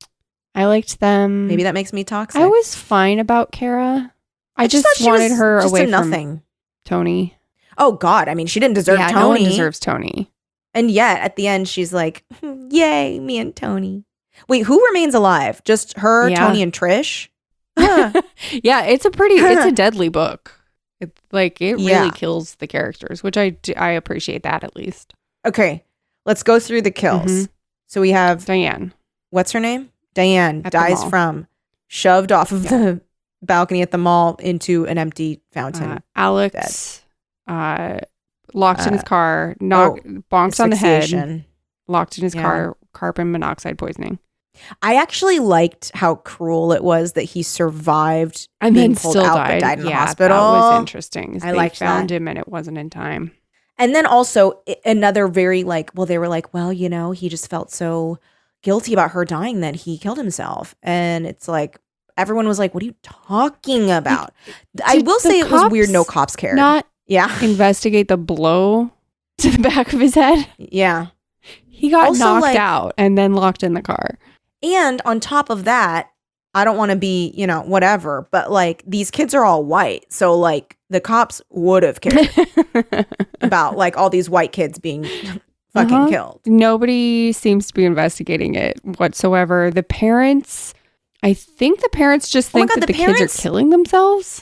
C: I liked them.
B: Maybe that makes me toxic.
C: Mm. I was fine about Kara. I,
B: I
C: just,
B: thought she
C: wanted
B: was
C: her
B: just a
C: away from
B: nothing.
C: Tony.
B: Oh God! I mean, she didn't deserve
C: yeah,
B: Tony.
C: no one deserves Tony.
B: And yet, at the end, she's like, "Hmm, "Yay, me and Tony." Wait, who remains alive? Just her,
C: Yeah.
B: Tony, and
C: *laughs*
B: Trish. Huh.
C: yeah, it's a *laughs* pretty, it's a deadly book. It, like it really
B: Yeah.
C: kills the characters, which I do, I appreciate that at least.
B: okay, let's go through the kills.
C: Mhm.
B: So we have
C: Diane,
B: what's her name? Diane
C: At the
B: dies
C: mall.
B: from shoved off of the balcony at the mall into an empty fountain.
C: uh, Alex, uh, locked in his car, knock, bonked on the head,
B: Uh, oh, Asphyxiation.
C: locked in his
B: Yeah.
C: car, carbon monoxide poisoning,
B: I actually liked how cruel it was that he survived.
C: and
B: Being
C: then
B: pulled
C: still
B: out, but
C: died.
B: died in the
C: yeah,
B: hospital.
C: that was interesting. is
B: I
C: they
B: liked
C: found
B: that.
C: him, and it wasn't in time.
B: And then also i- another very like, well, they were like, well, you know, he just felt so guilty about her dying that he killed himself. And it's like, everyone was like, what are you talking about? I
C: did
B: will
C: the
B: say it was weird
C: cops
B: no cops cared.
C: Not
B: yeah. *laughs*
C: investigate the blow to the back of his head.
B: Yeah.
C: He got
B: Also,
C: knocked
B: like-
C: out and then locked in the car. *laughs*
B: And on top of that, I don't want to be, you know, whatever, but like these kids are all white. So like the cops would have
C: *laughs*
B: cared about like all these white kids being fucking
C: Uh-huh.
B: killed.
C: Nobody seems to be investigating it whatsoever. The parents, I think the parents just
B: Oh my
C: think
B: God,
C: that
B: the
C: the, kids
B: parents-
C: are killing themselves.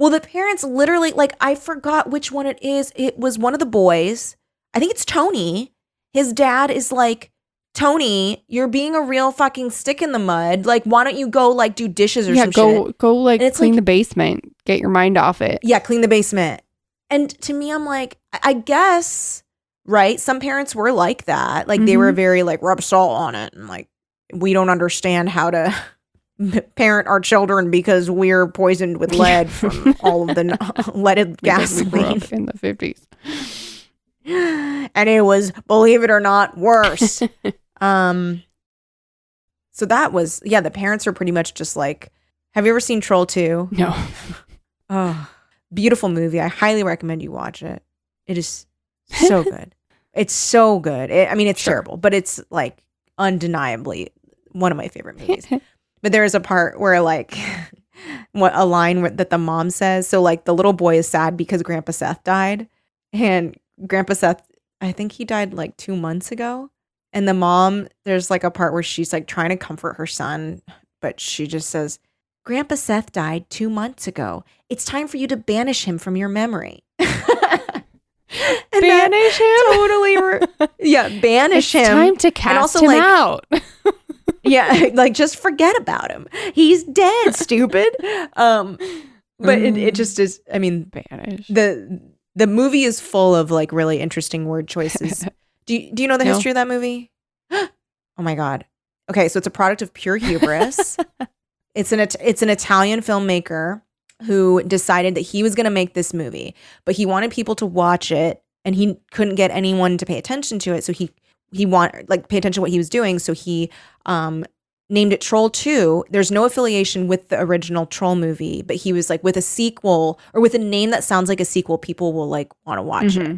B: Well, the parents literally like I forgot which one it is. It was one of the boys. I think it's Tony. His dad is like, "Tony, you're being a real fucking stick in the mud. Like, why don't you go like do dishes or
C: Yeah,
B: some
C: go
B: shit?
C: go like
B: And it's
C: clean
B: like-
C: the basement. Get your mind off it.
B: Yeah, clean the basement." And to me, I'm like, I, I guess right. Some parents were like that. Like they
C: Mm-hmm.
B: were very like rub salt on it and like we don't understand how to. *laughs* Parent our children because we're poisoned with
C: *laughs* Yeah.
B: lead from all of the n- *laughs* leaded
C: *laughs* Because we grew
B: gasoline.
C: up *laughs* in the fifties.
B: and it was believe it or not worse um so that was yeah the parents are pretty much just like have you ever seen troll 2
C: No,
B: oh beautiful movie i highly recommend you watch it it is so good it's so good it, i mean it's
C: Sure.
B: terrible but it's like undeniably one of my favorite
C: *laughs*
B: movies but there is a part where like *laughs* what a line where- that the mom says. So like the little boy is sad because Grandpa Seth died, and Grandpa Seth, I think he died like two months ago. And the mom, there's like a part where she's like trying to comfort her son, but she just says, "Grandpa Seth died two months ago. It's time for you to banish him from your memory." *laughs* and that
C: banish him.
B: totally, re- yeah, banish
C: It's
B: him.
C: time to cast
B: also,
C: him
B: like, *laughs*
C: out.
B: yeah *laughs* like just forget about him he's dead stupid um but it, it just is i mean
C: banish.
B: the the movie is full of like really interesting word choices do you, do you know the
C: No.
B: history of that movie *gasps* oh my god okay so it's a product of pure hubris it's an It- it's an italian filmmaker who decided that he was going to make this movie but he wanted people to watch it and he couldn't get anyone to pay attention to it so he he want like pay attention to what he was doing so he um named it troll 2 there's no affiliation with the original troll movie but he was like with a sequel or with a name that sounds like a sequel people will like want to watch
C: Mhm.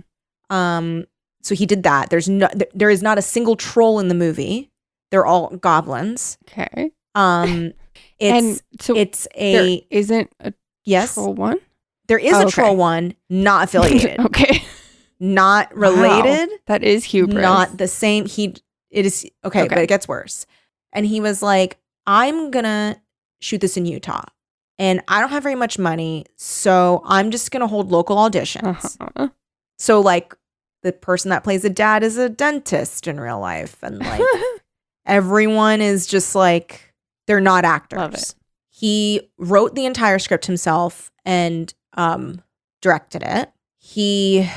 B: it um so he did that there's no th- there is not a single troll in the movie they're all goblins
C: Okay.
B: um it's
C: *laughs* and so
B: it's
C: there
B: a
C: isn't a
B: yes
C: troll one
B: there is
C: Oh,
B: a
C: okay.
B: troll one
C: *laughs*
B: not affiliated
C: okay.
B: not related
C: That is hubris.
B: Not the same. He it is okay,
C: Okay.
B: but it gets worse. And he was like, I'm gonna shoot this in Utah. And I don't have very much money, so I'm just gonna hold local auditions.
C: Uh-huh.
B: So like the person that plays the dad is a dentist in real life. And like everyone is just like they're not actors.
C: Love it.
B: He wrote the entire script himself and um, directed it. He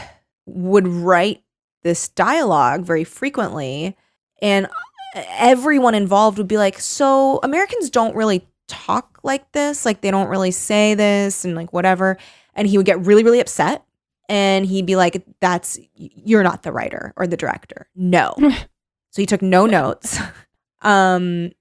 B: would write this dialogue very frequently, and everyone involved would be like, "So Americans don't really talk like this. Like they don't really say this, and like whatever." And he would get really, really upset. And he'd be like, That's you're not the writer or the director. No. so he took no notes. Um,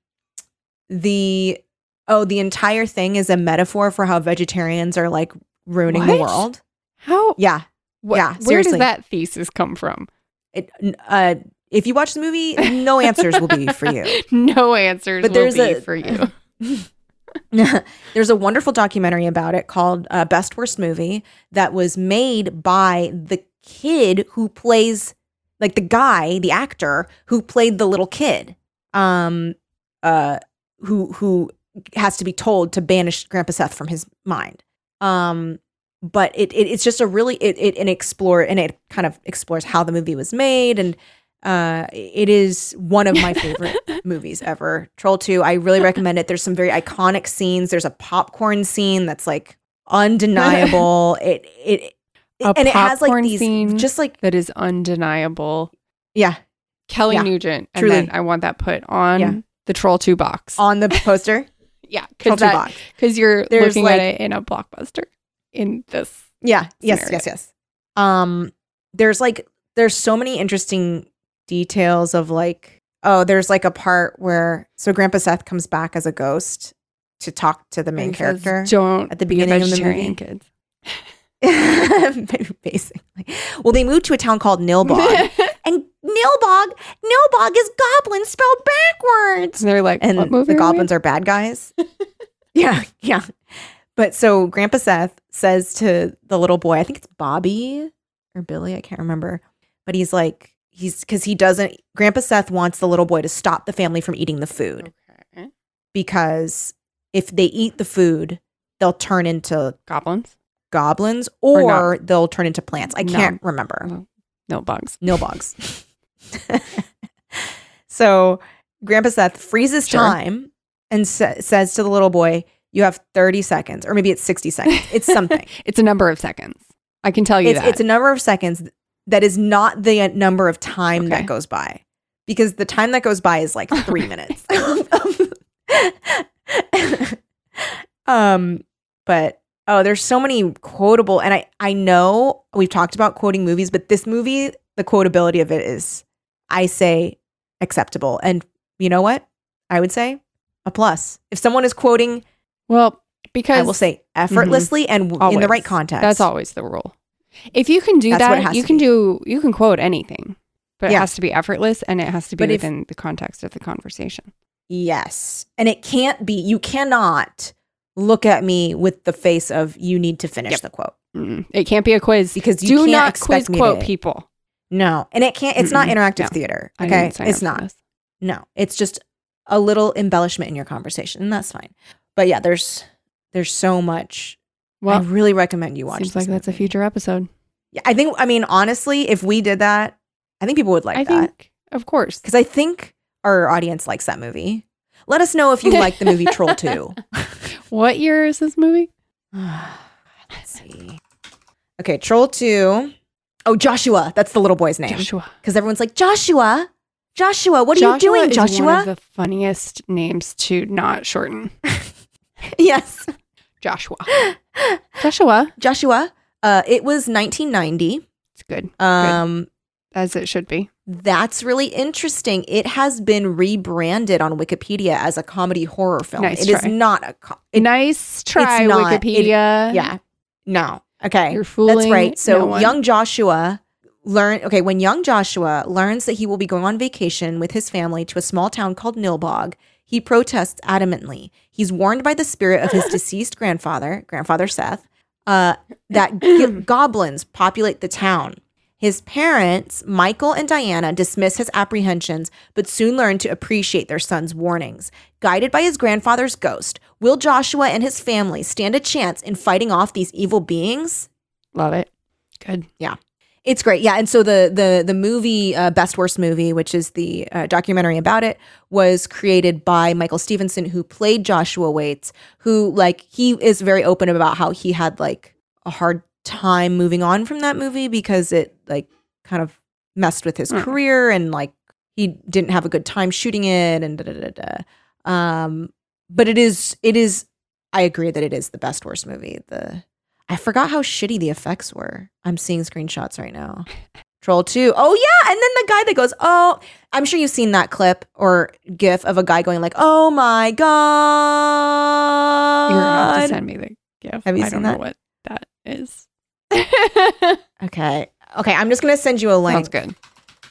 B: the oh, the entire thing is a metaphor for how vegetarians are like ruining the
C: What?
B: world.
C: *laughs* How?
B: Yeah,
C: wha-
B: yeah,
C: Where
B: seriously.
C: does that thesis come from? *laughs*
B: It, uh, if you watch the movie, no answers will be for you.
C: no answers
B: But
C: will
B: there's
C: be
B: a- *laughs*
C: for you.
B: There's a wonderful documentary about it called uh, Best Worst Movie that was made by the kid who plays, like the guy, the actor who played the little kid, um, uh, who who has to be told to banish Grandpa Seth from his mind. Um, but it, it it's just a really it it and explore and it kind of explores how the movie was made and uh it is one of my
C: *laughs*
B: favorite movies ever. Troll 2, I really recommend it. There's some very iconic scenes. There's a popcorn scene that's like
C: *laughs*
B: undeniable. it it
C: A
B: and it has like
C: popcorn
B: these
C: scene.
B: just like
C: That is undeniable.
B: yeah,
C: Kelly
B: Yeah,
C: Nugent. And
B: truly.
C: then I want that put on
B: Yeah.
C: the Troll 2 box.
B: on the poster.
C: yeah.
B: Troll
C: Because
B: 2 box.
C: you're
B: There's,
C: looking
B: like-
C: at it in a blockbuster in this.
B: Yeah. Yes,
C: scenario.
B: yes, yes. Um there's like there's so many interesting details of like oh, there's like a part where so Grandpa Seth comes back as a ghost to talk to the main
C: It says,
B: character.
C: Don't
B: at the
C: be a
B: beginning of the
C: vegetarian,
B: movie.
C: kids.
B: *laughs* Basically. Well, they moved to a town called
C: *laughs*
B: Nilbog. And Nilbog, Nilbog is goblin spelled backwards.
C: and they're like,
B: And
C: what movie
B: the
C: are we in?"
B: goblins are bad guys. *laughs* yeah, yeah. But so Grandpa Seth says to the little boy, I think it's Bobby or Billy, I can't remember. But he's like, he's because he doesn't, Grandpa Seth wants the little boy to stop the family from eating the
C: Oh.
B: food
C: Okay.
B: because if they eat the food, they'll turn into
C: Goblins?
B: goblins
C: Or
B: or,
C: not.
B: they'll turn into plants. I
C: No.
B: can't remember.
C: No bugs.
B: No bugs. *laughs* so Grandpa Seth freezes
C: Sure.
B: time and sa- says to the little boy, You have 30 seconds, or maybe it's 60 seconds. It's something.
C: It's a number of seconds. I can tell you
B: it's,
C: that.
B: it's a number of seconds that is not the uh, number of time
C: Okay.
B: that goes by because the time that goes by
C: *laughs*
B: is like three minutes. *laughs* um, but oh, there's so many quotable, and I I know we've talked about quoting movies, but this movie, the quotability of it is, I say, acceptable. And you know what? I would say a plus. If someone is quoting,
C: well,
B: I
C: because
B: will say effortlessly and w- in the right context.
C: That's always the rule. If you can do
B: That's what it
C: that,
B: has
C: you
B: to
C: can
B: be.
C: do you can quote anything. But it
B: Yeah.
C: has to be effortless and it has to be
B: But if-
C: within the context of the conversation.
B: Yes. And it can't be, you cannot look at me with the face of you need to finish
C: Yep.
B: the quote
C: Mm. It can't be a quiz.
B: because you
C: do
B: can't
C: not
B: expect
C: quiz
B: me
C: quote
B: to,
C: people.
B: No. And it can't, it's not
C: Mm-mm.
B: interactive
C: No.
B: theater.
C: I
B: Okay.
C: didn't sign up
B: It's
C: for
B: not.
C: this.
B: No. It's just a little embellishment in your conversation and that's fine. But yeah, there's, there's so much. I
C: Well,
B: really recommend you watch.
C: seems
B: this
C: like that's a
B: movie.
C: future episode.
B: Yeah, I think, I mean, honestly, if we did that, I think people would like
C: I
B: that.
C: think, of course.
B: Because I think our audience likes that movie. Let us know if you like the movie
C: *laughs*
B: Troll 2.
C: What year is this movie? *sighs*
B: Let's see. Okay, Troll 2. Oh, Joshua. That's the little boy's name.
C: Joshua.
B: Because everyone's like, Joshua, Joshua, what are you
C: Joshua
B: doing,
C: is
B: Joshua?
C: One of the funniest names to not shorten.
B: *laughs* yes, *gasps*
C: Joshua. Joshua.
B: Joshua. Uh, it was 1990.
C: It's good,
B: Um,
C: as it should be.
B: that's really interesting. It has been rebranded on Wikipedia as a comedy horror film. It
C: Nice
B: is
C: try.
B: not a. Co- it-
C: nice try,
B: not- it-
C: Wikipedia.
B: yeah. No. Okay.
C: You're fooling.
B: That's right.
C: no
B: So
C: one.
B: young Joshua learn okay, when young Joshua learns that he will be going on vacation with his family to a small town called Nilbog, he protests adamantly. He's warned by the spirit of
C: *laughs*
B: his deceased grandfather, grandfather Seth, uh, that
C: *clears throat*
B: g- goblins populate the town. His parents, Michael and Diana, dismiss his apprehensions, but soon learn to appreciate their son's warnings. Guided by his grandfather's ghost, will Joshua and his family stand a chance in fighting off these evil beings?
C: Love it. Good.
B: It's great, yeah. And so the the the movie uh, Best Worst Movie, which is the uh, documentary about it, was created by Michael Stevenson, who played Joshua Waits, who like he is very open about how he had like a hard time moving on from that movie because it like kind of messed with his
C: Mm.
B: career and like he didn't have a good time shooting it and da da da da. Um, but it is it is I agree that it is the best worst movie. The I forgot how shitty the effects were. I'm seeing screenshots right now. Troll 2. Oh yeah, and then the guy that goes, "Oh, I'm sure you've seen that clip or gif of a guy going like, "Oh my god."
C: You're gonna have to send me the gift.
B: Uh, Have you
C: I
B: seen
C: don't know
B: that?
C: what that is.
B: *laughs* okay. Okay, I'm just going to send you a link.
C: Sounds good.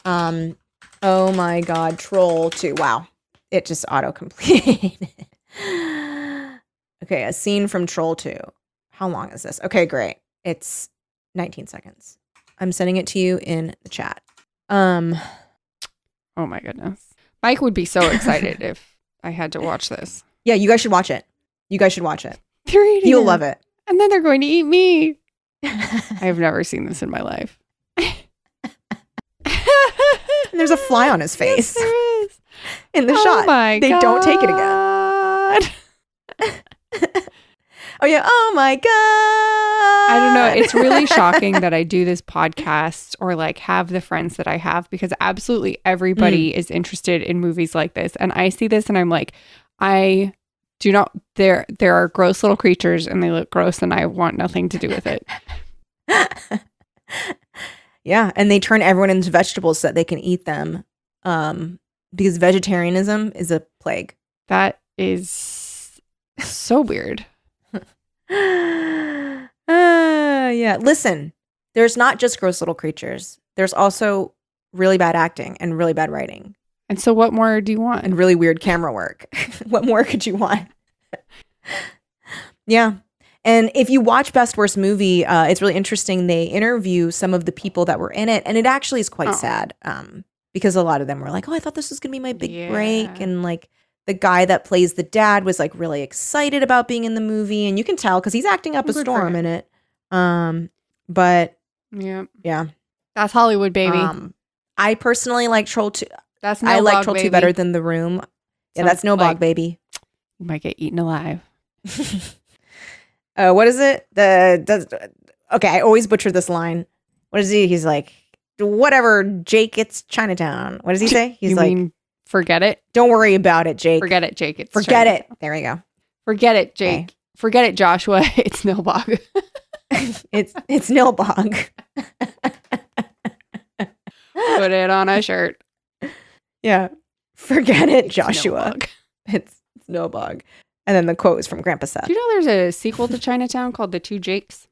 B: Um, oh my God, Troll 2. Wow. It just auto completed. *laughs* okay, a scene from Troll 2. How long is this? Okay, great. It's 19 seconds. I'm sending it to you in the chat. Um,
C: Oh my goodness. Mike
B: *laughs*
C: would be so excited if I had to watch this.
B: yeah, you guys should watch it. You guys should watch it.
C: They're
B: *laughs*
C: eating
B: You'll
C: him,
B: love it.
C: And then they're going to eat me. I've never seen this in my life.
B: *laughs* And there's a fly on his
C: *laughs*
B: face *laughs*
C: Yes, there is.
B: in the
C: oh
B: shot.
C: My
B: They don't take it again.
C: God.
B: Oh yeah. Oh my god.
C: I
B: I
C: don't know.
B: *laughs*
C: It's really shocking that I do this podcast or like have the friends that I have because absolutely everybody
B: Mm.
C: is interested in movies like this. And I see this and I'm like, I do not there there are gross little creatures and they look gross and I want nothing to do
B: *laughs*
C: with it.
B: yeah, and they turn everyone into vegetables so that they can eat them. Um, because vegetarianism is a plague.
C: That is so weird.
B: Ah, *gasps* yeah. Listen, there's not just gross little creatures. There's also really bad acting and really bad writing
C: And so what more do you want?
B: and really weird camera work. *laughs* what more could you want? *laughs* yeah. And if you watch Best Worst Movie, uh, it's really interesting. They interview some of the people that were in it, and it actually is quite
C: Oh.
B: sad um, because a lot of them were like, "Oh, I thought this was gonna be my big break,"
C: Yeah.
B: and like the guy that plays the dad was like really excited about being in the movie, and you can tell because he's acting up a
C: Good for
B: storm in
C: him.
B: it. Um, but
C: yeah.
B: yeah,
C: That's Hollywood baby.
B: Um, I personally like Troll Two.
C: that's no
B: I like
C: Bog
B: Troll
C: baby.
B: Two better than The Room. Yeah, that's
C: Sounds
B: no
C: like-
B: bog, baby.
C: You might get eaten alive.
B: *laughs* uh, what is it? The does okay. I always butcher this line. What is he? He's like, whatever. Jake, it's Chinatown. What does
C: *laughs*
B: he say? He's
C: you
B: like,
C: mean forget it?
B: don't worry about it, Jake.
C: Forget it, Jake. It's
B: Forget
C: Charlie.
B: it. There we go.
C: Forget it, Jake. Forget it, Joshua. *laughs*
B: *laughs*
C: It's Nilbog.
B: It's it's nil bog.
C: Put it on a shirt.
B: *laughs* Yeah. Forget it,
C: It's
B: Joshua. *laughs*
C: Nilbog.
B: It's, it's nil bog. And then the quote is from Grandpa Seth.
C: Do you know there's a sequel to Chinatown called The Two Jakes?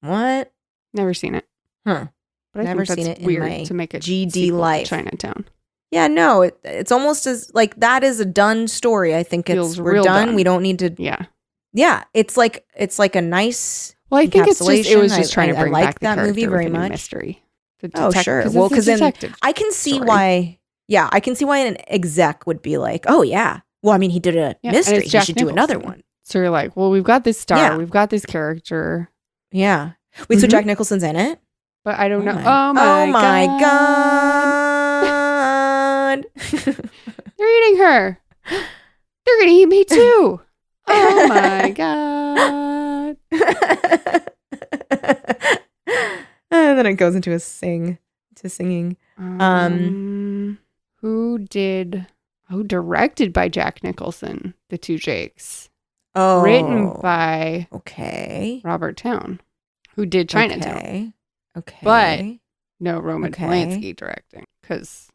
B: What?
C: Never seen it.
B: Huh.
C: But I
B: Never
C: think
B: seen
C: that's
B: it in
C: weird
B: my
C: to make a
B: GD
C: sequel to
B: life.
C: Chinatown.
B: Yeah, no, it, it's almost as like that is a done story. I think it's
C: Feels
B: we're
C: real
B: done.
C: done.
B: We don't need to.
C: Yeah.
B: Yeah, it's like it's like a nice
C: Well, I think it's just it was
B: Encapsulation.
C: just trying
B: I-
C: to
B: I
C: bring
B: like
C: back the
B: that
C: character
B: movie
C: with
B: very
C: a new
B: much.
C: mystery. The
B: Oh,
C: detec-
B: sure.
C: 'cause
B: Well,
C: it's a
B: 'cause then
C: detective.
B: I can see
C: story.
B: why. Yeah, I can see why an exec would be like, "Oh yeah, well, I mean, he did a
C: Yeah, and
B: mystery.
C: it's
B: He
C: Jack
B: should do another
C: Nicholson.
B: one."
C: so you're like, well, we've got this star,
B: Yeah.
C: we've got this character,
B: Yeah. Wait, so
C: Mhm.
B: Jack Nicholson's in it?
C: but I don't know.
B: my-
C: Oh my,
B: my god. *laughs*
C: *laughs* They're eating her. They're gonna eat
B: *laughs*
C: me too. Oh my god.
B: and then it goes into a sing to singing.
C: Um,
B: Um,
C: who did? Who directed by Jack Nicholson? The Two Jakes,
B: Oh,
C: written by
B: okay,
C: Robert Town, who did Chinatown.
B: Okay. okay.
C: But- No, Roman
B: Okay.
C: Polanski directing because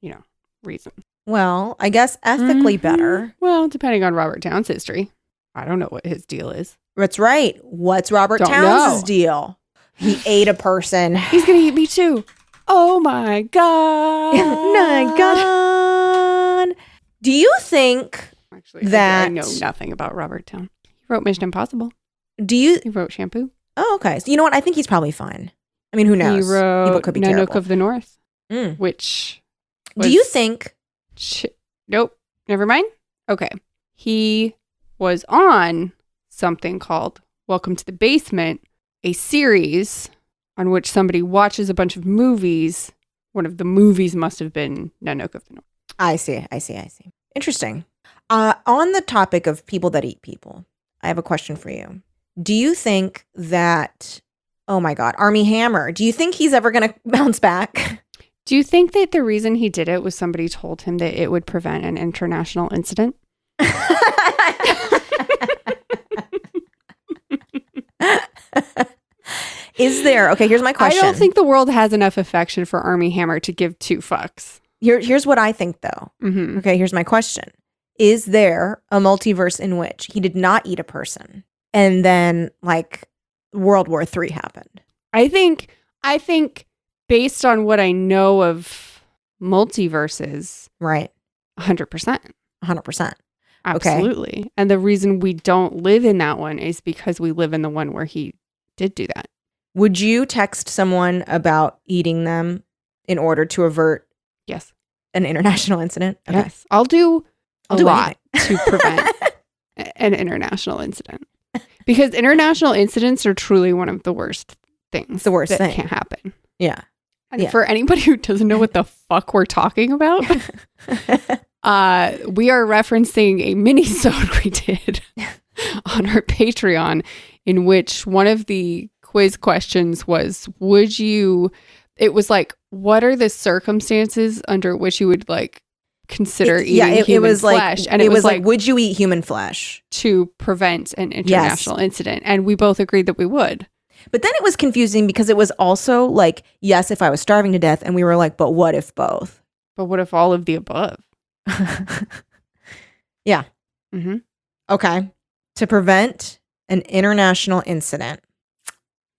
C: you know reason
B: well, I guess ethically
C: Mhm.
B: better.
C: Well, depending on Robert Town's history, I don't know what his deal is.
B: That's right. What's Robert
C: Don't
B: Towns'
C: know.
B: deal? He ate a
C: *laughs*
B: person.
C: He's gonna eat me too. Oh my god!
B: My God. Do you think?
C: Actually, I
B: That-
C: know nothing about Robert Town. He wrote Mission Impossible.
B: Do you?
C: He wrote Shampoo.
B: Oh, okay. So you know what? I think he's probably fine. I mean, who knows?
C: He wrote
B: People could be
C: Nanook
B: terrible.
C: of the North,
B: Mm.
C: which
B: Do you
C: was-
B: think?
C: sh- nope, never mind. Okay, he was on something called Welcome to the Basement, a series on which somebody watches a bunch of movies. One of the movies must have been Nanook of the North.
B: I see. I see. I see. Interesting. Uh, on the topic of people that eat people, I have a question for you. Do you think that? Oh my God, Army Hammer. Do you think he's ever going to *laughs* bounce back?
C: Do you think that the reason he did it was somebody told him that it would prevent an international incident?
B: Is there okay? Here's my question.
C: I don't think the world has enough affection for Army Hammer to give two fucks.
B: Here, here's what I think though.
C: Mm-hmm.
B: Okay, here's my question: Is there a multiverse in which he did not eat a person, and then like World War Three happened?
C: I think I think based on what I know of multiverses,
B: Right.
C: 100%.
B: 100%.
C: Absolutely. And the reason we don't live in that one is because we live in the one where he did do that.
B: Would you text someone about eating them in order to avert
C: Yes.
B: an international incident?
C: Yes. I'll do
B: I'll
C: a
B: do
C: lot
B: anything.
C: to
B: *laughs*
C: prevent a- an international incident because international incidents are truly one of the worst things.
B: the worst
C: that
B: thing.
C: can't happen.
B: Yeah.
C: And
B: Yeah.
C: for anybody who doesn't know what the fuck we're talking
B: *laughs*
C: about, uh, we are referencing a mini-sode *laughs* we did on our Patreon in which one of the quiz questions was, would you, it was like, what are the circumstances under which you would like consider eating
B: yeah, it, it
C: human
B: was
C: flesh?
B: like
C: and it, was, like,
B: would you eat human flesh?
C: to prevent an international incident. And we both agreed that we would.
B: But then it was confusing because it was also like, yes, if I was starving to death, and we were like, but what if
C: *laughs*
B: both?
C: But what if all of the above? hmm
B: okay. To prevent an international incident.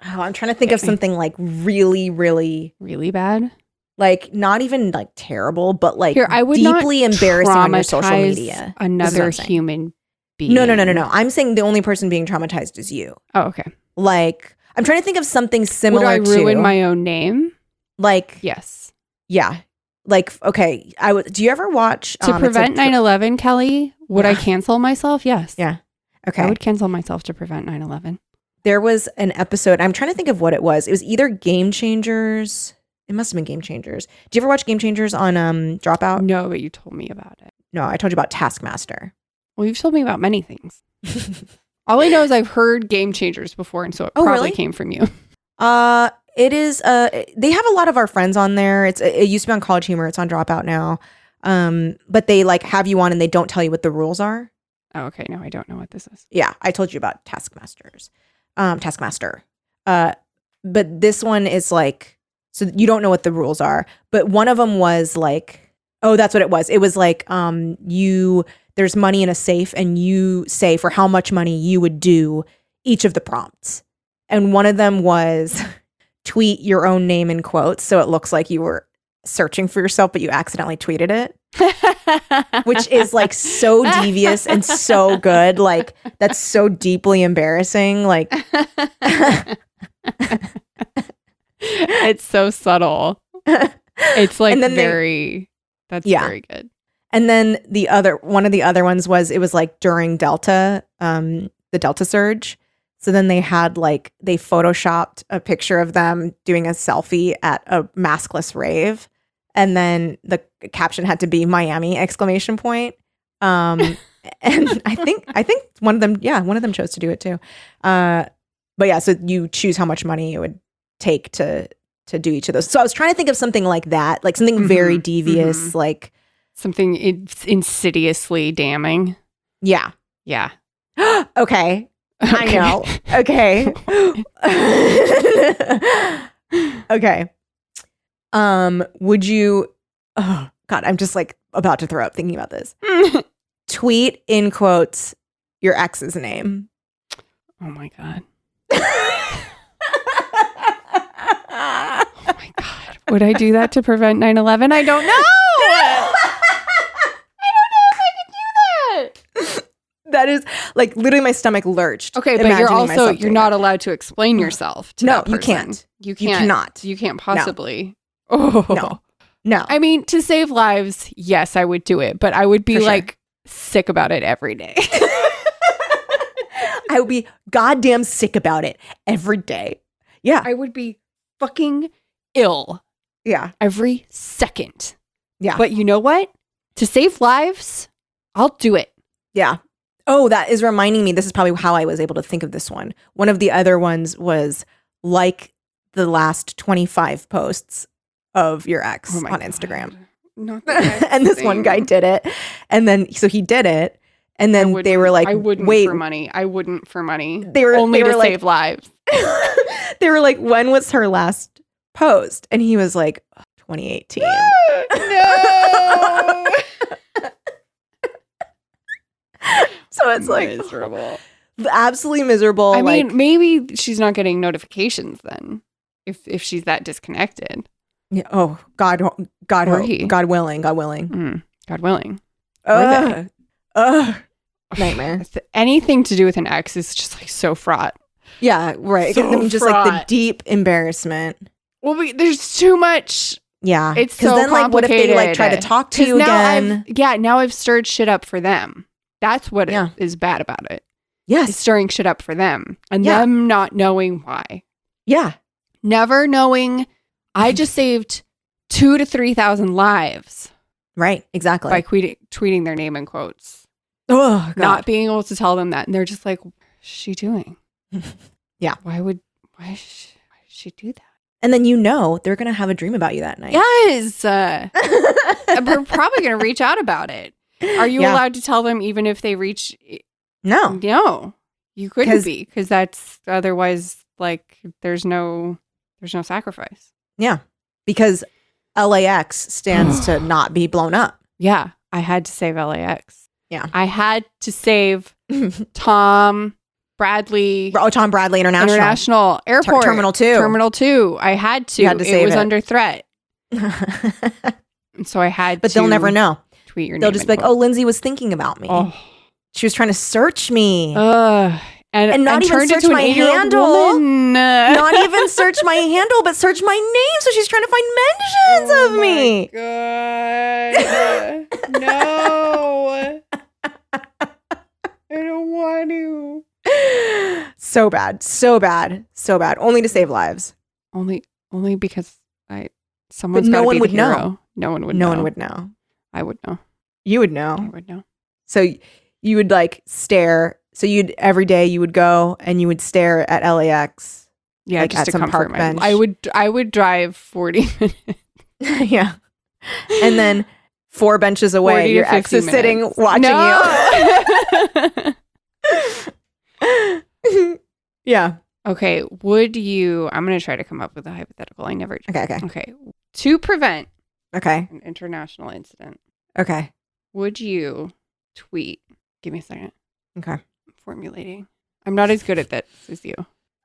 B: Oh, I'm trying to think of
C: Okay.
B: something like really, really
C: Really bad.
B: like not even like terrible, but like
C: Here, I would
B: deeply
C: not
B: embarrassing on your social
C: traumatize
B: media.
C: Another
B: I'm saying.
C: human being.
B: No, no, no, no, no. I'm saying the only person being traumatized is you.
C: Oh, okay.
B: Like I'm trying to think of something similar
C: would I ruin
B: to
C: my own name?
B: like yeah.
C: Yes.
B: Like f- okay, I would. Do you ever watch
C: To
B: um, it's a
C: prevent
B: thr-
C: 9 11, Kelly, would I
B: Yeah.
C: cancel myself? Yes.
B: Yeah. Okay,
C: I would cancel myself to prevent 9 11.
B: there was an episode. I'm trying to think of what it was. It was either Game Changers. It must have been Game Changers. Do you ever watch Game Changers on um Dropout?
C: No, but you told me about it.
B: No, I told you about Taskmaster. *laughs*
C: Well, you've told me about many things. All I know is I've heard game changers before, and so it
B: Oh,
C: probably
B: really?
C: came from you. *laughs*
B: Uh, it is. Uh, they have a lot of our friends on there. It's it used to be on College Humor. It's on Dropout now. Um, but they like have you on and they don't tell you what the rules are.
C: Oh, okay. No, I don't know what this is.
B: Yeah, I told you about Taskmasters, um, Taskmaster. Uh, but this one is like so you don't know what the rules are. But one of them was like, oh, that's what it was. It was like um, you there's money in a safe and you say for how much money you would do each of the prompts. And one of them was *laughs* tweet your own name in quotes so it looks like you were searching for yourself but you accidentally tweeted it, which is like
C: *laughs*
B: so devious and so good. Like that's so deeply embarrassing. Like
C: it's so subtle. It's like
B: And then they-
C: very that's
B: Yeah.
C: very good.
B: And then the other one of the other ones was it was like during Delta, um, the Delta surge. So then they had like they photoshopped a picture of them doing a selfie at a maskless rave, and then the caption had to be Miami exclamation point. Um, and I think I think one of them, yeah, one of them chose to do it too. Uh, but yeah, so you choose how much money it would take to to do each of those. So I was trying to think of something like that, like something very
C: Mhm,
B: devious,
C: mhm.
B: like
C: Something in- insidiously damning.
B: yeah.
C: Yeah.
B: *gasps* okay. I
C: Okay.
B: know. Okay. *laughs* okay. Um, would you oh god, I'm just like about to throw up thinking about this.
C: *laughs* oh
B: Tweet in quotes your ex's name.
C: my god.
B: *laughs* no!
C: Oh my god. Would I do that to prevent 9/11? I don't know.
B: that is like literally my stomach lurched.
C: Okay, but you're
B: imagining
C: also
B: myself
C: you're
B: doing
C: not
B: that.
C: allowed to explain yourself to
B: No,
C: that
B: you
C: person.
B: can't.
C: You can't.
B: You cannot.
C: You can't possibly. *laughs* Oh.
B: No. No.
C: I mean, to save lives, yes, I would do it, but I would be
B: For sure.
C: like sick about it every day.
B: *laughs*
C: *laughs*
B: I would be goddamn sick about it every day. Yeah.
C: I would be fucking ill
B: yeah.
C: every second.
B: Yeah.
C: But you know what? To save lives, I'll do it.
B: Yeah. Oh, that is reminding me. This is probably how I was able to think of this one. One of the other ones was like the last 25 posts of your ex
C: Oh my
B: on
C: God.
B: Instagram. *laughs*
C: Not *laughs* that
B: and this one guy
C: thing.
B: did it. And then, so he did it. And
C: I
B: then they
C: wouldn't-
B: were like,
C: I wouldn't
B: wait.
C: for money. I wouldn't for money.
B: They were-
C: *laughs* only
B: they were
C: to
B: like- *laughs*
C: save lives.
B: they were like, when was her last post? And he was like,
C: *laughs*
B: 2018.
C: no.
B: So it's like
C: miserable.
B: absolutely miserable.
C: I mean,
B: like-
C: maybe she's not getting notifications then. If if she's that disconnected.
B: Yeah, oh God, God,
C: Were
B: ho-
C: he?
B: God willing, God willing.
C: Mm, God willing. Were
B: Ugh. Ugh. Nightmare.
C: Anything to do with an ex is just like so fraught.
B: Yeah, right. It gives
C: So
B: them just like the
C: fraught.
B: deep embarrassment.
C: Well, we, there's too much.
B: Yeah,
C: It's so
B: then like, what if they like try to
C: complicated.
B: talk to
C: 'Cause
B: you
C: now I've-
B: again?
C: yeah, now I've stirred shit up for them. That's what
B: Yeah.
C: it is bad about it. Is
B: Yes.
C: stirring shit up for them and
B: Yeah.
C: them not knowing why.
B: Yeah.
C: Never knowing. I just saved two to three thousand lives
B: Right. Exactly.
C: by tweeting, tweeting their name in quotes.
B: oh God.
C: not being able to tell them that. And they're just like, what's she doing?
B: *laughs* Yeah.
C: Why would, why, is she, why did she do that?
B: and then you know they're gonna have a dream about you that night.
C: Yes. Uh,
B: Yeah.
C: we're probably going to reach out about it. *laughs* Are you
B: Yeah.
C: allowed to tell them even if they reach?
B: No.
C: No, you
B: 'Cause-
C: couldn't be because that's otherwise like there's no, there's no sacrifice.
B: Yeah. Because LAX stands
C: *sighs*
B: to not be blown up.
C: Yeah. I had to save LAX.
B: Yeah.
C: I had
B: *laughs*
C: to save
B: oh,
C: Tom Bradley
B: Tom Bradley International,
C: International
B: Ter-
C: Airport.
B: Terminal Two.
C: Terminal *laughs* two. I had to.
B: You had to
C: it
B: save
C: was
B: it.
C: under threat, And so I had.
B: *laughs* but
C: to
B: they'll never know.
C: Tweet your
B: They'll
C: name
B: just
C: and
B: be like, "Oh,
C: quote.
B: Lindsay was thinking about me. She was trying to search me."
C: oh, *laughs* ugh. and
B: And not even
C: turned
B: search
C: into an
B: my
C: eight-year-old
B: handle.
C: woman.
B: not even search my handle, but search my name. So she's trying to find mentions
C: Oh
B: of me.
C: my God.
B: *laughs*
C: no, I don't want to.
B: *gasps* So bad, so bad, so bad. Only to save lives.
C: Only, only because I someone's
B: no
C: got to
B: one
C: be
B: would
C: the
B: know.
C: hero. No one would.
B: no
C: know.
B: one would know.
C: I would know.
B: You would
C: I
B: know.
C: would know.
B: So y- you would like stare. So you'd every day you would go and you would stare at
C: *laughs*
B: LAX.
C: Yeah,
B: Like,
C: just
B: at
C: to
B: some
C: comfort
B: park
C: my-
B: bench.
C: I would. I would drive forty *laughs* minutes.
B: yeah, and then four benches
C: 40
B: away,
C: to
B: your ex
C: 50
B: is sitting
C: minutes.
B: watching *laughs*
C: No.
B: you. *laughs* yeah.
C: *laughs* okay, would you? I'm going to try to come up with a hypothetical. I never.
B: Okay. Okay.
C: Okay, to prevent
B: Okay.
C: an international incident,
B: Okay.
C: would you tweet? Give me a second.
B: Okay.
C: I'm formulating. I'm not as good at this as you.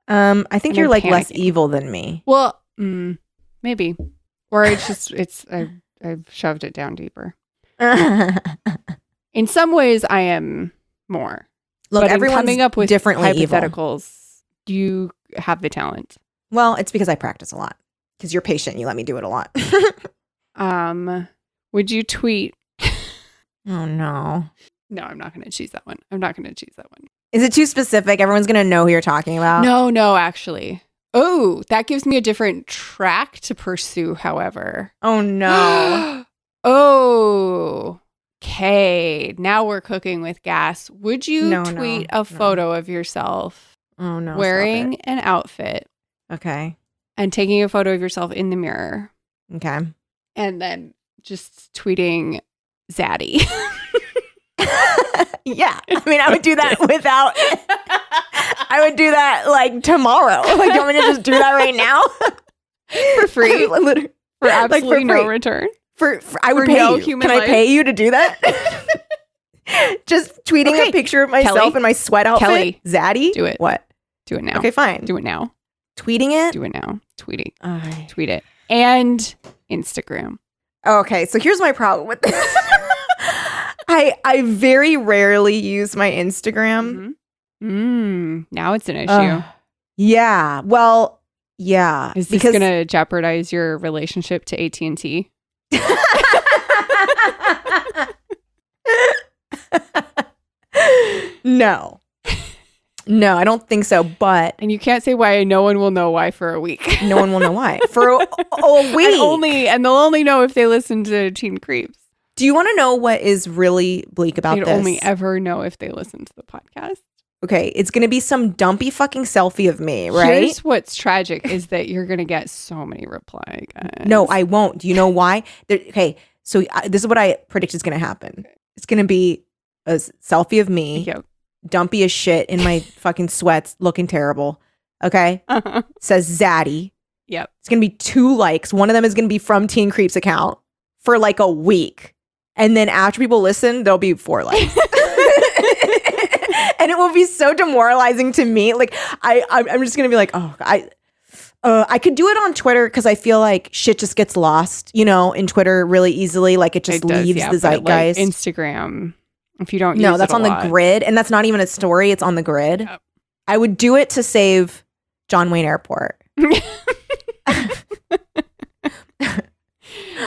B: Um, I think
C: And
B: you're
C: I'm
B: like less
C: panicking.
B: evil than
C: *laughs*
B: me.
C: Well, mm, maybe, or *laughs* it's just it's I, I've shoved it down deeper. In some ways, I am more.
B: Look,
C: but
B: everyone's
C: everyone's coming up with
B: differently evil.
C: hypotheticals. You have the talent.
B: Well, it's because I practice a lot. Because you're patient, you let me do it a
C: *laughs*
B: lot.
C: Um, would you tweet?
B: *laughs* oh no,
C: No, I'm not going to choose that one. I'm not going to choose that one.
B: is it too specific? Everyone's gonna know who you're talking about.
C: no, no, actually. Oh, that gives me a different track to pursue, however.
B: Oh
C: *gasps*
B: no.
C: oh. Okay. Now we're cooking with gas. Would you
B: No, no,
C: tweet
B: no.
C: a photo of yourself
B: oh no. stop
C: wearing
B: it.
C: an outfit
B: Okay.
C: and taking a photo of yourself in the mirror
B: Okay.
C: and then just tweeting Zaddy? *laughs*
B: yeah. I mean, I would do
C: *laughs*
B: that without. I would do that like tomorrow. *laughs* Like, do you want me to just do that right now *laughs*
C: For *laughs* free?
B: Literally.
C: for
B: Like, for
C: absolutely no
B: free.
C: return.
B: for, for I would
C: For
B: pay
C: no
B: you.
C: human
B: Can I
C: life.
B: pay you to do
C: *laughs*
B: that? Just tweeting
C: Okay.
B: a picture of myself
C: Kelly.
B: in my sweat outfit.
C: Kelly.
B: Zaddy,
C: Do it.
B: What?
C: Do it now.
B: Okay, fine.
C: Do it now.
B: tweeting it.
C: Do it now. Tweeting.
B: Aye.
C: Tweet it. And Instagram.
B: okay, so here's my problem with this. *laughs* I I very rarely use my Instagram.
C: Mhm. Mm, now it's an issue.
B: Ugh. yeah. Well, yeah.
C: Is this going to jeopardize your relationship to AT and T?
B: *laughs* no. No, I don't think so, but
C: And you can't say why. and No one will know why for a week. *laughs*
B: no one will know why. For a, oh, a week.
C: And only, and they'll only know if they listen to Teen Creeps.
B: Do you want to know what is really bleak about
C: They'd
B: this?
C: only ever know if they listen to the podcast.
B: okay, it's going to be some dumpy fucking selfie of me, right?
C: Here's what's tragic is that you're going to get so many reply guys.
B: No, I won't. Do you know why? There, okay, so I, this is what I predict is going to happen. It's going to be a s- selfie of me,
C: *laughs* Yep.
B: dumpy as shit in my fucking sweats, looking terrible. Okay,
C: Uh-huh.
B: says Zaddy.
C: Yep.
B: It's going to be two likes. One of them is going to be from Teen Creeps account for like a week. And then after people listen, there'll be four
C: *laughs*
B: likes. and it will be so demoralizing to me. Like I I'm, I'm just going to be like, "Oh, I uh, I could do it on Twitter because I feel like shit just gets lost, you know, in Twitter really easily. Like it just
C: It does,
B: leaves
C: yeah,
B: the
C: but, like,
B: zeitgeist.
C: Instagram. If you don't,
B: no,
C: use
B: that's
C: it a
B: on the
C: lot.
B: grid, and that's not even a story. It's on the grid.
C: Yep.
B: I would do it to save John Wayne Airport.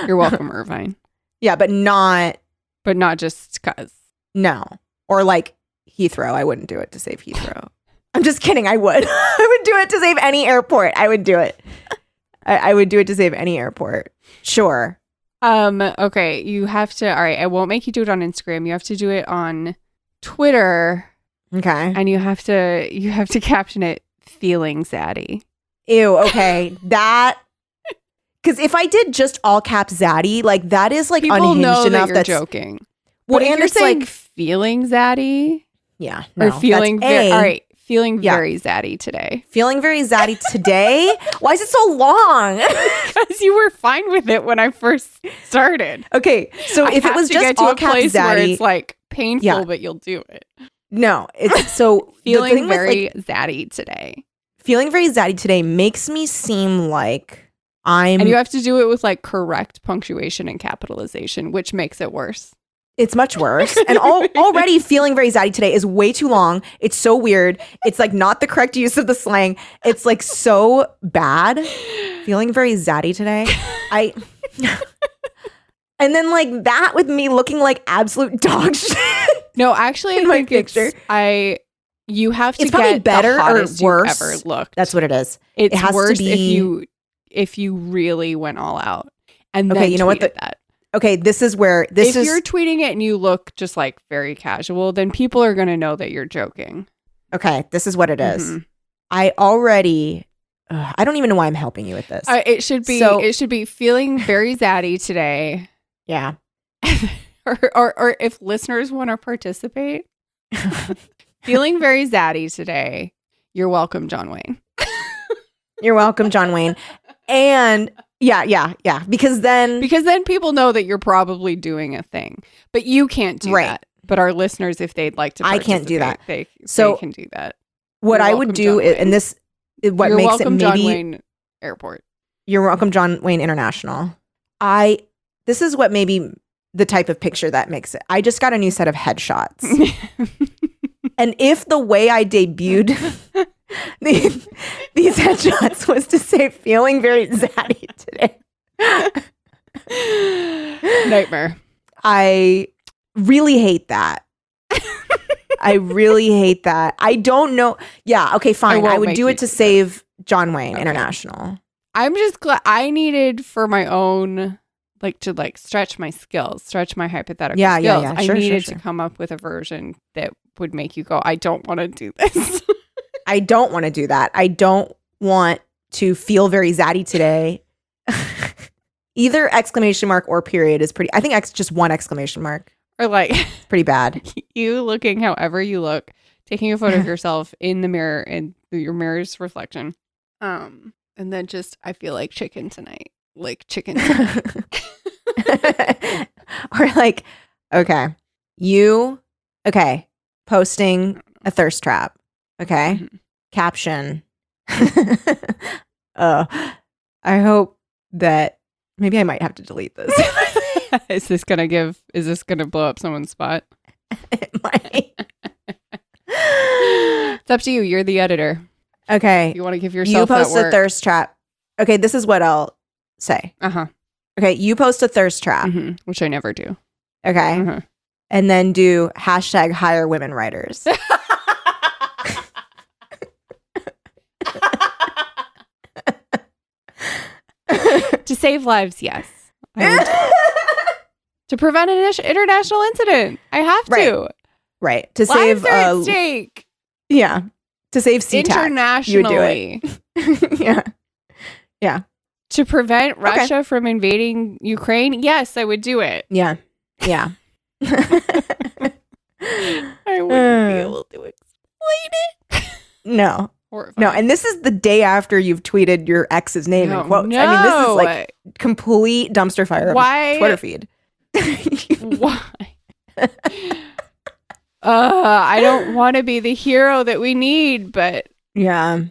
C: You're welcome, Irvine,
B: Yeah, but not
C: but not just cause.
B: no or like Heathrow. I wouldn't do it to save Heathrow. *laughs* I'm just kidding. I would. *laughs* I would do it to save any airport. I would do it. I, I would do it to save any airport. Sure.
C: Um. Okay. You have to. All right. I won't make you do it on Instagram. You have to do it on Twitter,
B: Okay.
C: *laughs* and you have to you have to caption it "feeling zaddy."
B: Ew, okay. that *laughs* because if I did just all caps zaddy, like that is like
C: People
B: unhinged
C: know
B: enough
C: that you're
B: that's
C: joking.
B: well,
C: but if
B: and
C: you're
B: it's
C: saying
B: like
C: feeling zaddy
B: yeah,
C: or
B: no,
C: feeling
B: that's
C: very
B: A.
C: all right, feeling
B: Yeah.
C: very zaddy today *laughs*
B: Feeling very zaddy today. Why is it so long? *laughs*
C: because you were fine with it when I first started.
B: okay, so
C: I
B: if it
C: have
B: was
C: to
B: just
C: get to
B: all
C: a
B: caps
C: place where
B: zaddy,
C: it's like painful,
B: Yeah.
C: but you'll do it.
B: no, it's so the thing
C: Feeling
B: with, like,
C: very zaddy today,
B: feeling very zaddy today makes me seem like I'm.
C: and you have to do it with like correct punctuation and capitalization, which makes it worse.
B: it's much worse, and
C: *laughs*
B: al- already feeling very zaddy today is way too long. It's so weird. It's like not the correct use of the slang. It's like so bad. feeling very zaddy today. I *laughs* and then like that with me looking like absolute dog *laughs* shit.
C: No,
B: *laughs*
C: actually,
B: in
C: I
B: my
C: think it's-
B: picture.
C: I you have to
B: It's probably
C: get
B: better or
C: the hottest you've
B: worse.
C: ever looked.
B: That's what it is.
C: it's
B: it has to
C: worse if
B: be-
C: you if you really went all out. And
B: Okay,
C: then
B: you know what
C: tweeted that.
B: Okay, this is where this
C: if
B: is.
C: you're tweeting it and you look just like very casual, then people are going to know that you're joking.
B: okay, this is what it is.
C: Mhm.
B: I already. ugh, I don't even know why I'm helping you with this.
C: Uh, it should be
B: So-
C: it should be feeling very zaddy today. *laughs*
B: yeah.
C: or, or or if listeners want
B: *laughs*
C: to participate, feeling very zaddy today. You're welcome, John Wayne.
B: You're welcome, John Wayne. And yeah, yeah, yeah. Because then
C: because then people know that you're probably doing a thing, but you can't do
B: Right.
C: that. But our listeners, if they'd like to,
B: I can't do that.
C: participate, They
B: So-
C: they can do that.
B: what
C: You're
B: I would
C: welcome,
B: do,
C: John
B: i- and this, i- what
C: You're
B: makes
C: welcome,
B: it
C: John
B: maybe
C: Wayne
B: *laughs*
C: Airport.
B: you're welcome, John Wayne International. I. This is what maybe the type of picture that makes it. I just got a new set of headshots.
C: *laughs*
B: And if the way I debuted *laughs* these, these headshots was to say feeling very *laughs* zaddy
C: *laughs*
B: today,
C: *laughs* Nightmare.
B: I really hate that. I really hate that. I don't know. Yeah, okay, fine.
C: won't
B: I, would
C: make
B: do
C: you
B: it to
C: do that.
B: save John Wayne
C: Okay.
B: International.
C: I'm just glad I needed for my own like to like stretch my skills, stretch my hypothetical
B: Yeah, yeah,
C: skills.
B: yeah.
C: I
B: Sure, sure,
C: needed
B: sure.
C: to come up with a version that would make you go, I don't want to do this. *laughs*
B: I don't want to do that. I don't want to feel very zaddy today. *laughs* Either exclamation mark or period is pretty. I think ex, just one exclamation mark.
C: or like
B: It's pretty bad.
C: you looking however you look, taking a *laughs* photo of yourself in the mirror and through your mirror's reflection. Um, and then just I feel like chicken tonight, like *laughs* chicken. tonight.
B: *laughs* or like, okay, you, okay, posting a thirst trap. Okay.
C: Mhm.
B: Caption. *laughs* oh, I hope that maybe I might have to delete
C: *laughs*
B: this. *laughs*
C: is this gonna give? Is this gonna blow up someone's *laughs* spot?
B: It might.
C: It's up to you. You're the editor.
B: okay.
C: You want to give yourself
B: You post
C: that
B: a
C: work.
B: thirst trap. Okay. This is what I'll say.
C: uh huh.
B: Okay. You post a thirst
C: Ah.
B: trap.
C: mm-hmm, Which I never do.
B: Okay.
C: Uh-huh.
B: and then do hashtag hire women *laughs* writers.
C: *laughs* To save lives, yes. I *laughs* would- to prevent an ish- international incident, I have to.
B: right. To
C: Lives
B: save
C: are at
B: uh,
C: stake
B: yeah. To save CTAC.
C: internationally.
B: *laughs* yeah.
C: to prevent Russia from invading Ukraine, yes, I would do it.
B: Yeah. Yeah.
C: I wouldn't be
B: Uh.
C: able to explain it.
B: *laughs* no.
C: Horrifying.
B: No, and this is the day after you've tweeted your ex's name in quotes. I mean, this is like complete dumpster fire of a
C: Why-
B: *laughs* Twitter feed. *laughs*
C: why. *laughs*
B: *laughs*
C: uh, I don't want to be the hero that we need, but
B: yeah.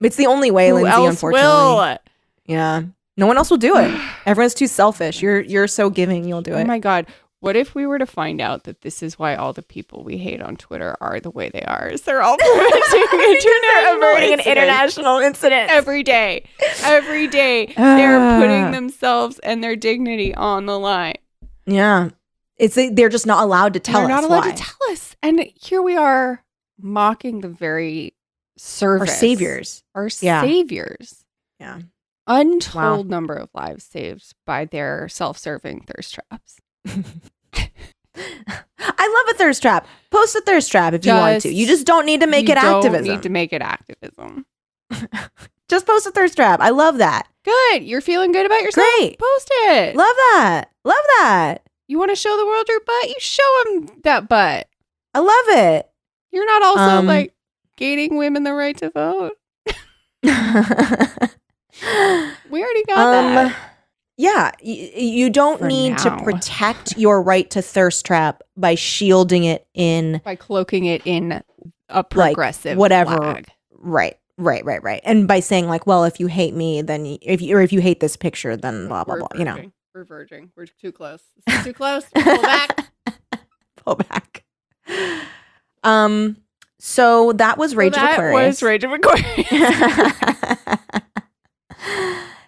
B: It's the only way,
C: Who
B: Lindsay,
C: else
B: unfortunately.
C: will?
B: Yeah. No one else will do
C: *sighs*
B: it. Everyone's too selfish. You're you're so giving, you'll do
C: Oh
B: it. *laughs*
C: my god. What if we were to find out that this is why all the people we hate on Twitter are the way they are?
B: *laughs*
C: Is they're all *laughs* preventing internet averting
B: an international incident.
C: every day.
B: *sighs*
C: Every day they're putting themselves and their dignity on the line.
B: Yeah. It's they're just not allowed to tell
C: they're
B: us
C: not allowed
B: why.
C: to tell us. And here we are mocking the very
B: Our
C: service
B: saviors.
C: our
B: Yeah.
C: saviors.
B: Yeah.
C: Untold number of lives saved by their self-serving thirst traps.
B: I love a thirst trap. Post a thirst trap if you want to.
C: Just-
B: You just don't need to make
C: You
B: it
C: don't
B: activism.
C: Need to make it activism.
B: just post a thirst trap. I love that.
C: Good. You're feeling good about yourself.
B: Great.
C: Post it.
B: Love that. Love that.
C: you want to show the world your butt? You show them that butt.
B: I love it.
C: You're not also
B: Um,
C: like gaining women the right to vote.
B: *laughs*
C: We already got
B: um
C: that.
B: yeah, y- you don't
C: For
B: need to
C: now. *laughs*
B: protect your right to thirst trap by shielding it in
C: By cloaking it in a progressive
B: whatever
C: flag.
B: Right, right, right, right. And by saying like, well, if you hate me, then y- if you or if you hate this picture, then blah blah blah. You know,
C: We're verging. We're too close. This is too close.
B: *laughs*
C: Pull back.
B: pull back. *laughs* Um. So that was Rage
C: that
B: of Aquarius.
C: was Rage
B: *laughs*
C: of Aquarius.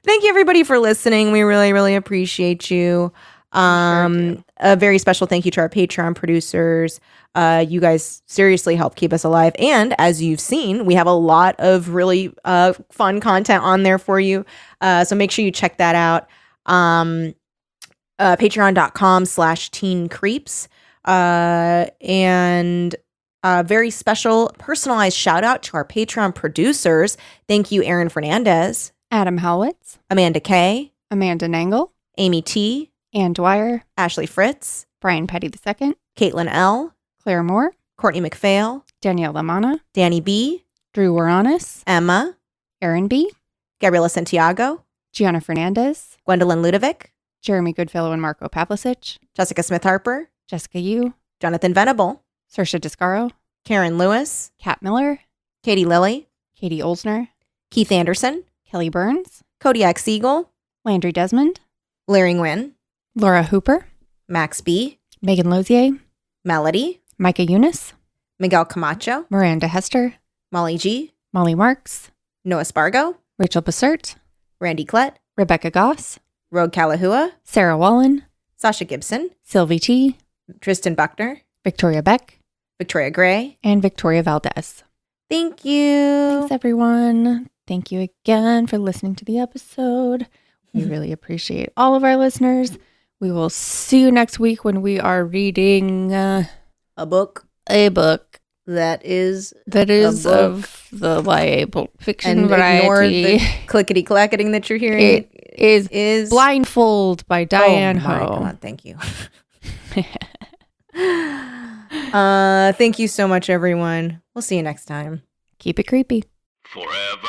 B: Thank you everybody for listening. We really, really appreciate you. Um,
C: do.
B: a very special thank you to our Patreon producers. Uh, you guys seriously help keep us alive. And as you've seen, we have a lot of really uh, fun content on there for you. Uh, so make sure you check that out. Um, uh, Patreon.com slash teen creeps. Uh, and a very special personalized shout out to our Patreon producers. Thank you, Aaron Fernandez,
C: *laughs* Adam Howitz,
B: Amanda Kay,
C: Amanda Nangle,
B: Amy T,
C: Ann Dwyer,
B: Ashley Fritz,
C: Brian Petty II,
B: Caitlin L,
C: Claire Moore,
B: Courtney McPhail,
C: Danielle Lamana,
B: Danny B,
C: Drew Waranis,
B: Emma,
C: Aaron B.,
B: Gabriela Santiago,
C: Gianna Fernandez,
B: Gwendolyn Ludovic,
C: Jeremy Goodfellow and Marco Pavlicic,
B: Jessica Smith Harper,
C: Jessica Yu,
B: Jonathan Venable,
C: Sersha Descaro,
B: Karen Lewis,
C: Kat Miller,
B: Katie Lilly,
C: Katie Olsner,
B: Keith Anderson,
C: Kelly Burns,
B: Kodiak Siegel,
C: Landry Desmond,
B: Larry Nguyen,
C: Laura Hooper,
B: Max B,
C: Megan Lozier,
B: Melody,
D: Micah Eunice,
B: Miguel Camacho,
D: Miranda Hester,
B: Molly G,
D: Molly Marks,
B: Noah Spargo,
D: Rachel Bassert,
B: Randy Klett,
D: Rebecca Goss,
B: Rogue Kalahua,
D: Sarah Wallen,
B: Sasha Gibson,
D: Sylvie T,
B: Tristan Buckner,
D: Victoria Beck,
B: Victoria Gray,
D: and Victoria Valdez.
B: Thank
D: Thanks,
B: you.
D: everyone. Thank you again for listening to the episode.
B: *laughs*
D: We really appreciate all of our listeners. We will see you next week when we are reading uh,
B: A book
D: a book
B: that is
D: that is
B: book.
D: of the YA book fiction
B: and ignore
D: variety.
B: *laughs* the clickety clacketing that you're hearing.
D: It is
B: is
D: Blindfold by
B: Oh
D: Diane
B: my
D: Ho.
B: God,
D: *laughs*
B: thank you. *laughs* uh, thank you so much, everyone. We'll see you next time.
D: Keep it creepy.
A: Forever.